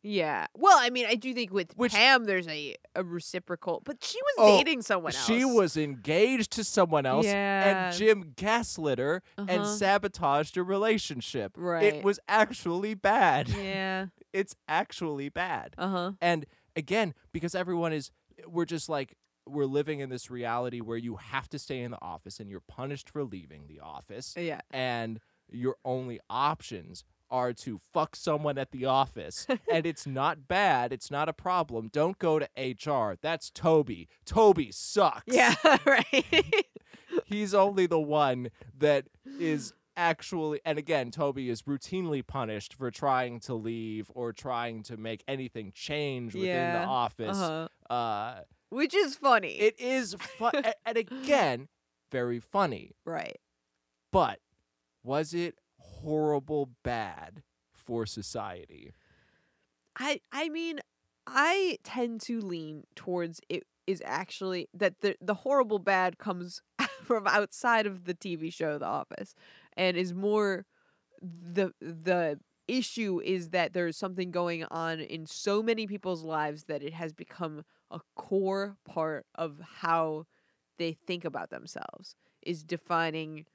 Yeah. Well, I mean, I do think with Which- Pam there's a, a reciprocal, but she was Oh, dating someone else. She was engaged to someone else, Yeah. and Jim gaslit her and Uh-huh. sabotaged a relationship. Right. It was actually bad. Yeah. It's actually bad. Uh huh. And again, because everyone is, we're just like, we're living in this reality where you have to stay in the office and you're punished for leaving the office. Yeah. And your only options are to fuck someone at the office. and it's not bad. It's not a problem. Don't go to HR. That's Toby. Toby sucks. Yeah. Right. He's only the one that is actually and again Toby is routinely punished for trying to leave or trying to make anything change within Yeah, the office. uh-huh. Uh Which is funny. it is fu- a- and again very funny, right. but was it horrible bad for society? I I mean, I tend to lean towards it is actually that the the horrible bad comes from outside of the TV show The Office and is more the the issue is that there's something going on in so many people's lives that it has become a core part of how they think about themselves is defining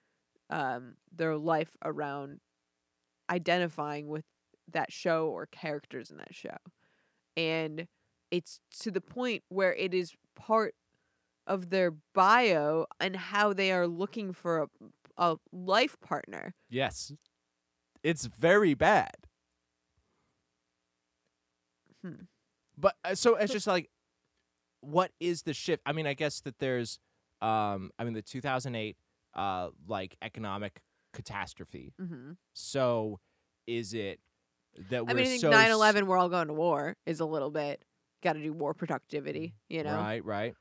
um their life around identifying with that show or characters in that show. And it's to the point where it is part of their bio and how they are looking for a, a life partner. Yes. It's very bad. Hmm. But uh, so it's just like what is the shift? I mean, I guess that there's um I mean the 2008 uh like economic catastrophe. Mm-hmm. So is it that we're I mean, I think so 9 11, we're all going to war, is a little bit. Got to do war productivity, you know? Right, right.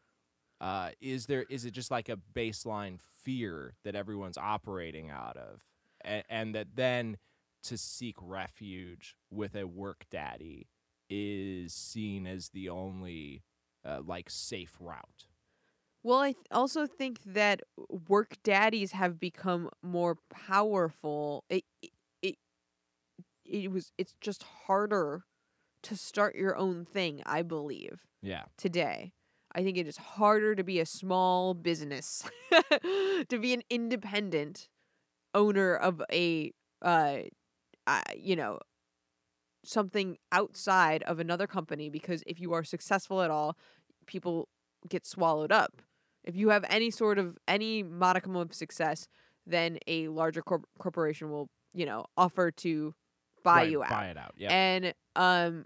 Uh, is there is it just like a baseline fear that everyone's operating out of, and, and that then to seek refuge with a work daddy is seen as the only uh, like safe route? Well, I th- also think that work daddies have become more powerful. It, it it it was it's just harder to start your own thing, I believe, Yeah, today. I think it is harder to be a small business, to be an independent owner of a uh, uh you know, something outside of another company because if you are successful at all, people get swallowed up. If you have any sort of any modicum of success, then a larger corp- corporation will, you know, offer to buy Right, you out. Buy it out. Yeah, And um,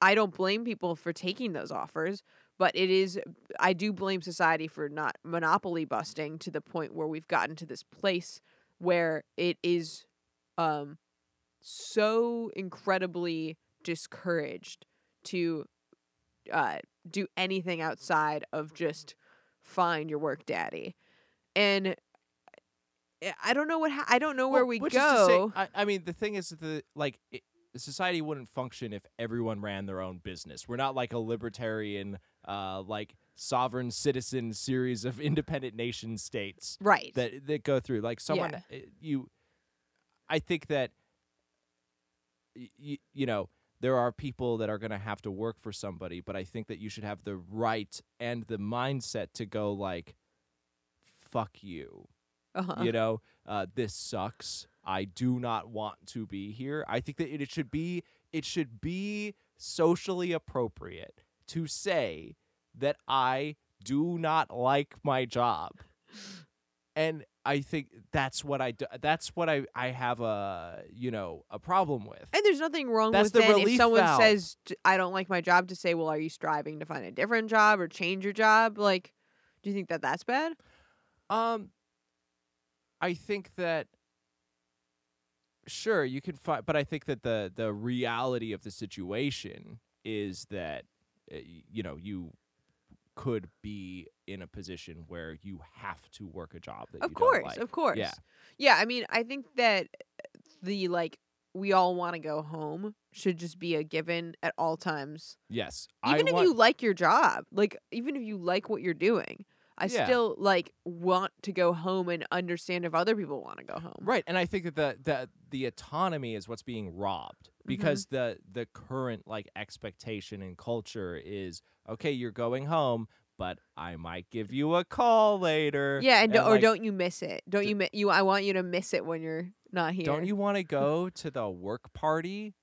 I don't blame people for taking those offers, but it is I do blame society for not monopoly busting to the point where we've gotten to this place where it is um, so incredibly discouraged to uh, do anything outside of just find your work daddy and I- i don't know what ha- i don't know where Well, we which is to say- go I, I mean, the thing is that like it, society wouldn't function if everyone ran their own business. We're not like a libertarian, uh, like sovereign citizen series of independent nation states right that that go through. Like someone, uh, you, I think that you, you know there are people that are going to have to work for somebody, but I think that you should have the right and the mindset to go like, fuck you uh-huh. you know uh, this sucks i do not want to be here i think that it, it should be it should be socially appropriate to say that i do not like my job and i think that's what i do, that's what i i have a you know a problem with And there's nothing wrong That's with the then if relief someone valve. says "D- I don't like my job to say, well, are you striving to find a different job or change your job? Like, do you think that that's bad? Um, I think that sure you can find, but I think that the the reality of the situation is that uh, y- you know you could be in a position where you have to work a job that Of you course, don't like. of course. Yeah. Yeah, I mean, I think that the like we all want to go home should just be a given at all times. Yes, Even I if want, you like your job, like even if you like what you're doing, I Yeah. still like want to go home and understand if other people want to go home. Right, and I think that the the, the autonomy is what's being robbed because Mm-hmm. the the current like expectation and culture is okay, you're going home, but I might give you a call later. Yeah, and, do- or like, don't you miss it? Don't d- you mi- you? I want you to miss it when you're not here. don't you want to go to the work party?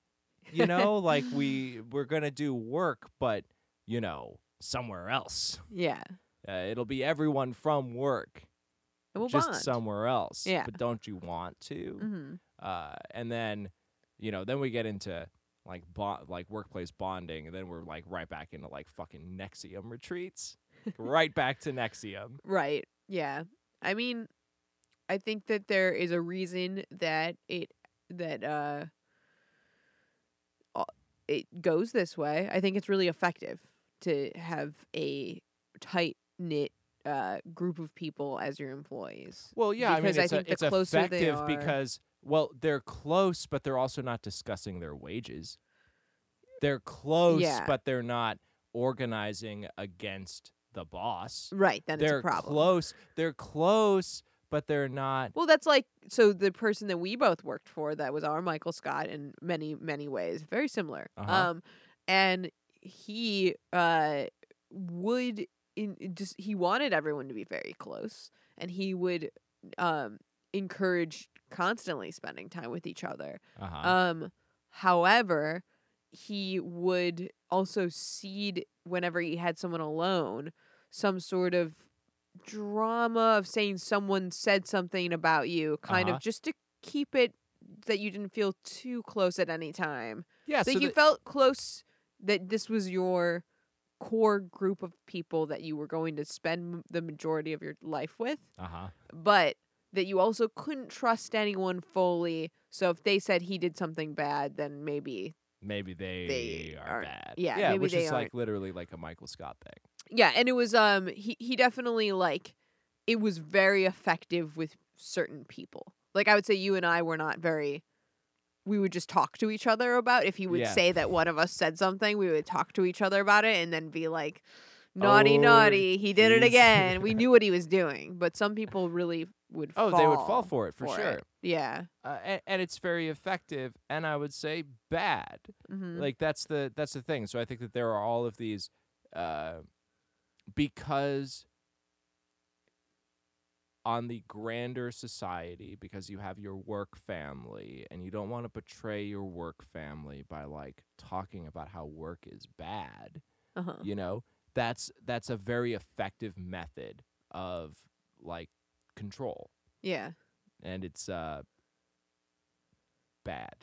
You know, like we we're gonna do work, but you know somewhere else. Yeah. Uh, it'll be everyone from work, And we'll just bond. somewhere else. Yeah. but don't you want to? hmm uh, and then you know then we get into like bo- like workplace bonding and then we're like right back into like fucking nexium retreats Like, right back to nexium Right. Yeah. I mean, I think that there is a reason that it that uh all- it goes this way. I think it's really effective to have a tight knit uh group of people as your employees. well yeah Because i mean I it's, a- think the it's closer they effective are- because well they're close but they're also not discussing their wages they're close Yeah. but they're not organizing against the boss Right, then they're it's a problem. close they're close but they're not Well, that's like so the person that we both worked for that was our Michael Scott in many many ways very similar. Uh-huh. Um and he uh would in just he wanted everyone to be very close and he would um encourage constantly spending time with each other. Uh-huh. Um, however, he would also seed whenever he had someone alone some sort of drama of saying someone said something about you, kind Uh-huh. of just to keep it that you didn't feel too close at any time. yeah, So so you the- felt close that this was your core group of people that you were going to spend m- the majority of your life with uh-huh. but that you also couldn't trust anyone fully. So if they said he did something bad, then maybe Maybe they, They are aren't- bad. yeah, yeah, maybe which they is like aren't. literally like a Michael Scott thing. yeah. And it was um he he definitely like it was very effective with certain people. Like I would say you and I were not very we would just talk to each other about if he would Yeah. say that one of us said something, we would talk to each other about it and then be like naughty Oh, naughty, he did it geez. again. we knew what he was doing, but some people really would Oh, they would fall for it for, for sure. it. Yeah. Uh, and, and it's very effective, and I would say bad. Mhm. like that's the that's the thing so i think that there are all of these uh because on the grander society because you have your work family and you don't want to betray your work family by like talking about how work is bad Uh-huh. you know that's that's a very effective method of like control Yeah. and it's uh bad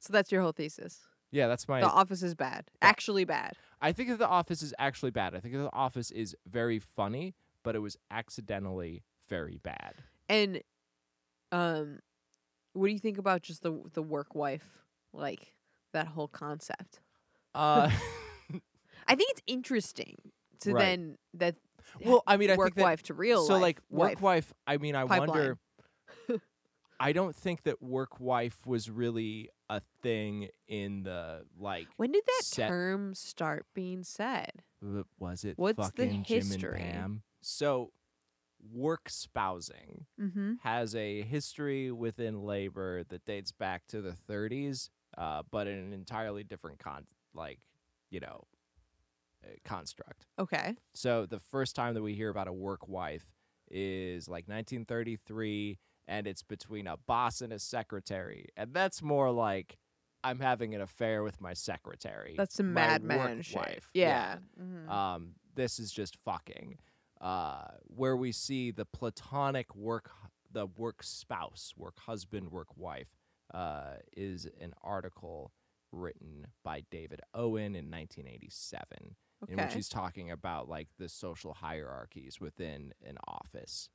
So that's your whole thesis. yeah that's my The office is bad. Actually bad. I think that The Office is actually bad. I think that The Office is very funny, but it was accidentally very bad. And um what do you think about just the the work wife like that whole concept? Uh, I think it's interesting to Right. then that well, I mean, I work think that, wife to real so life like wife. work wife. I mean, I Pipeline. wonder. I don't think that work wife was really a thing in the like. When did that set- term start being said? w- Was it What's the fucking Jim history? and Pam? So, work spousing Mm-hmm. has a history within labor that dates back to the 30s, uh, but in an entirely different con, like you know, uh, construct. Okay. So the first time that we hear about a work wife is like 1933, and it's between a boss and a secretary, and that's more like I'm having an affair with my secretary. That's some my madman work shit. wife. Yeah. Mhm. Um, this is just fucking. Uh, where we see the platonic work, the work spouse, work husband, work wife, uh, is an article written by David Owen in 1987, in which okay. he's talking about like the social hierarchies within an office,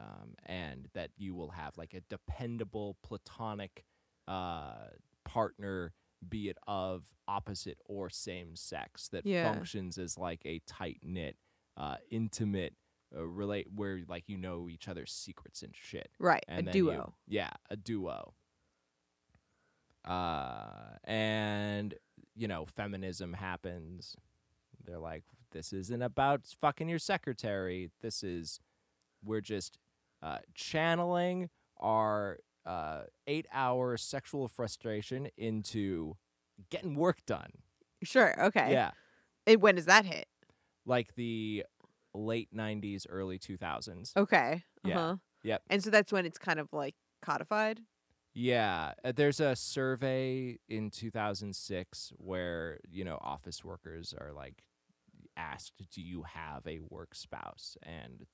um, and that you will have like a dependable platonic uh, partner, be it of opposite or same sex, that Yeah. functions as like a tight knit, uh, intimate uh, relate where like you know each other's secrets and shit Right. and a then you- duo. yeah, a duo. Uh, and you know, feminism happens. They're like, this isn't about fucking your secretary. This is we're just uh, channeling our uh, eight-hour sexual frustration into getting work done. Sure. Okay. Yeah, And when does that hit? like the late '90s, early 2000s. Okay. Uh-huh. Yeah. Yep. And so that's when it's kind of like codified. Yeah, uh, there's a survey in 2006 where, you know, office workers are like asked, "Do you have a work spouse?" and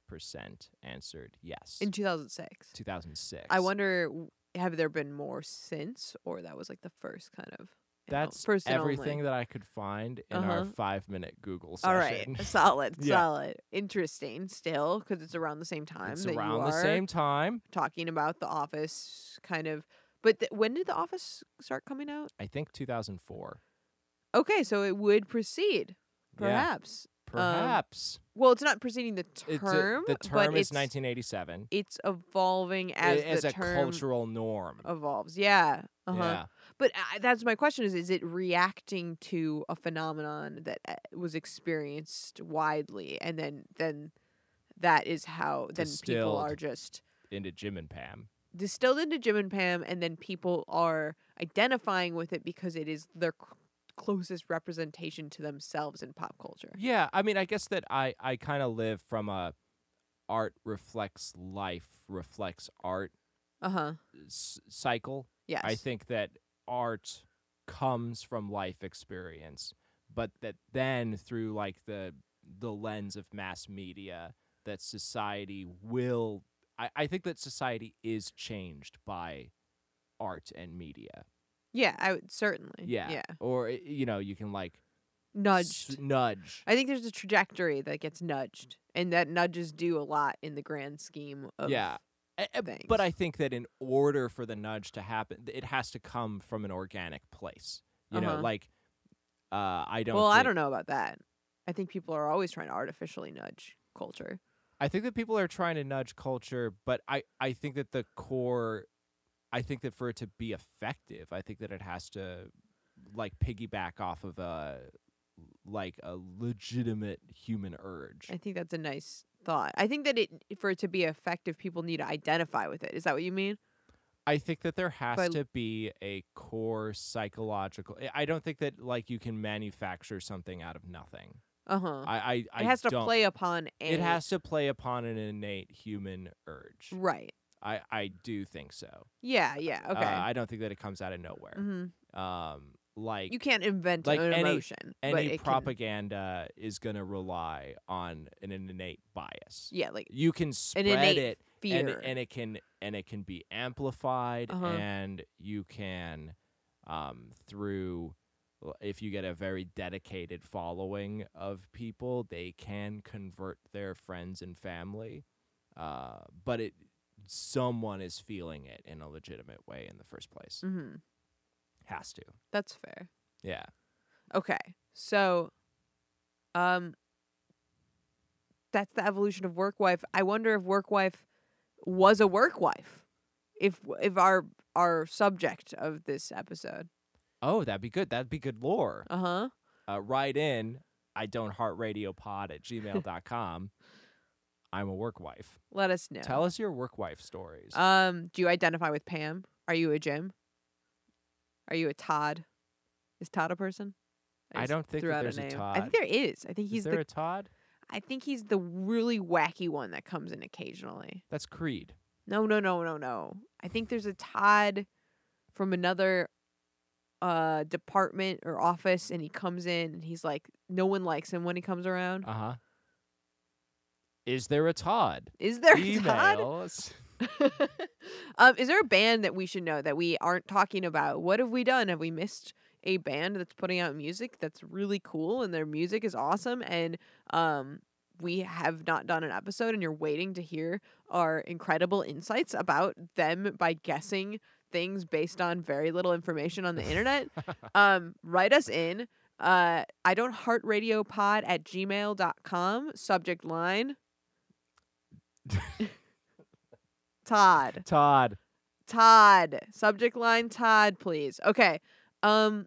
35% answered yes. In 2006. 2006. I wonder w- have there been more since or that was like the first kind of I don't know, That's first and everything only. that I could find in our Uh-huh. 5-minute Google session. All right. Solid, Yeah. solid. Interesting still cuz it's around the same time it's that you around the are same time. talking about the office kind of but th- when did the office start coming out? I think 2004. Okay, so it would precede Yeah, perhaps. perhaps. Well, it's not preceding the It's a- term, the but term it's is 1987 it's evolving i- as, the a term cultural norm. evolves. Yeah. Uh-huh. Yeah. But I that's my question: is is it reacting to a phenomenon that uh, was experienced widely, and then then that is how then people Distilled. are just into Jim and Pam. distilled into Jim and Pam, and then people are identifying with it because it is their c- closest representation to themselves in pop culture. Yeah, I mean, I guess that I I kind of live from a art reflects life, reflects art Uh huh. s- cycle. Yes. I think that art comes from life experience, but that then through like the the lens of mass media that society will I, I think that society is changed by art and media. Yeah. I would certainly. Yeah. Yeah. Or y- you know, you can like Nudged. s- nudge. I think there's a trajectory that gets nudged, and that nudges do a lot in the grand scheme of yeah. A- a- things. Uh, But I think that in order for the nudge to happen, th- it has to come from an organic place. You know, Uh-huh. like uh, I don't. well, I think- don't know about that. I think people are always trying to artificially nudge culture. I think that people are trying to nudge culture, but I, I think that the core, I think that for it to be effective, I think that it has to like piggyback off of a like a legitimate human urge. I think that's a nice thought. I think that it for it to be effective, people need to identify with it. Is that what you mean? I think that there has But- to be a core psychological. I- I don't think that like you can manufacture something out of nothing. Uh huh. I, I, It I has to don't- play upon a It has to play upon an innate human urge. right. I, I do think so. Yeah. Yeah. Uh, Okay. I don't think that it comes out of nowhere. hmm um like You can't invent like an any- emotion, but any it can- propaganda is going to rely on an innate bias yeah, like you can spread innate it and, fear. and it can and it can be amplified Uh-huh. and you can um through l- if you get a very dedicated following of people they can convert their friends and family uh but it someone is feeling it in a legitimate way in the first place hmm has to That's fair. yeah Okay. So, um, that's the evolution of work wife. I wonder if work wife was a work wife. If if our our subject of this episode. Oh, that'd be good. That'd be good lore. Uh huh. Uh, write in I don't heart radio pod at gmail.com. I'm a work wife. Let us know. Tell us your work wife stories. Um, do you identify with Pam? Are you a Jim? Are you a Todd? Is Todd a person? I just don't think that threw out there's a name. I Todd. think there is. I think Is he's there the. a Todd? I think he's the really wacky one that comes in occasionally. That's Creed. No, no, no, no, no. I think there's a Todd from another uh department or office and he comes in and he's like no one likes him when he comes around. Uh huh. Is there a Todd? Is there a Email Todd? us. um is there a band that we should know that we aren't talking about? What have we done? Have we missed a band that's putting out music that's really cool and their music is awesome and um we have not done an episode and you're waiting to hear our incredible insights about them by guessing things based on very little information on the internet um write us in uh i don't heart radio pod at gmail.com subject line todd Todd. Todd. Subject line Todd, please. Okay. Um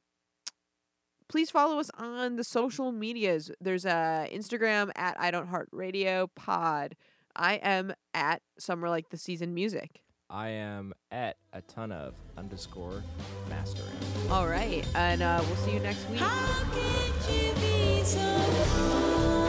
please follow us on the social medias. There's a Instagram at I Don't Heart Radio Pod. I am at Summer Like the Season Music. I am at a ton of underscore mastering. All right. And uh, we'll see you next week. How could you be so blind?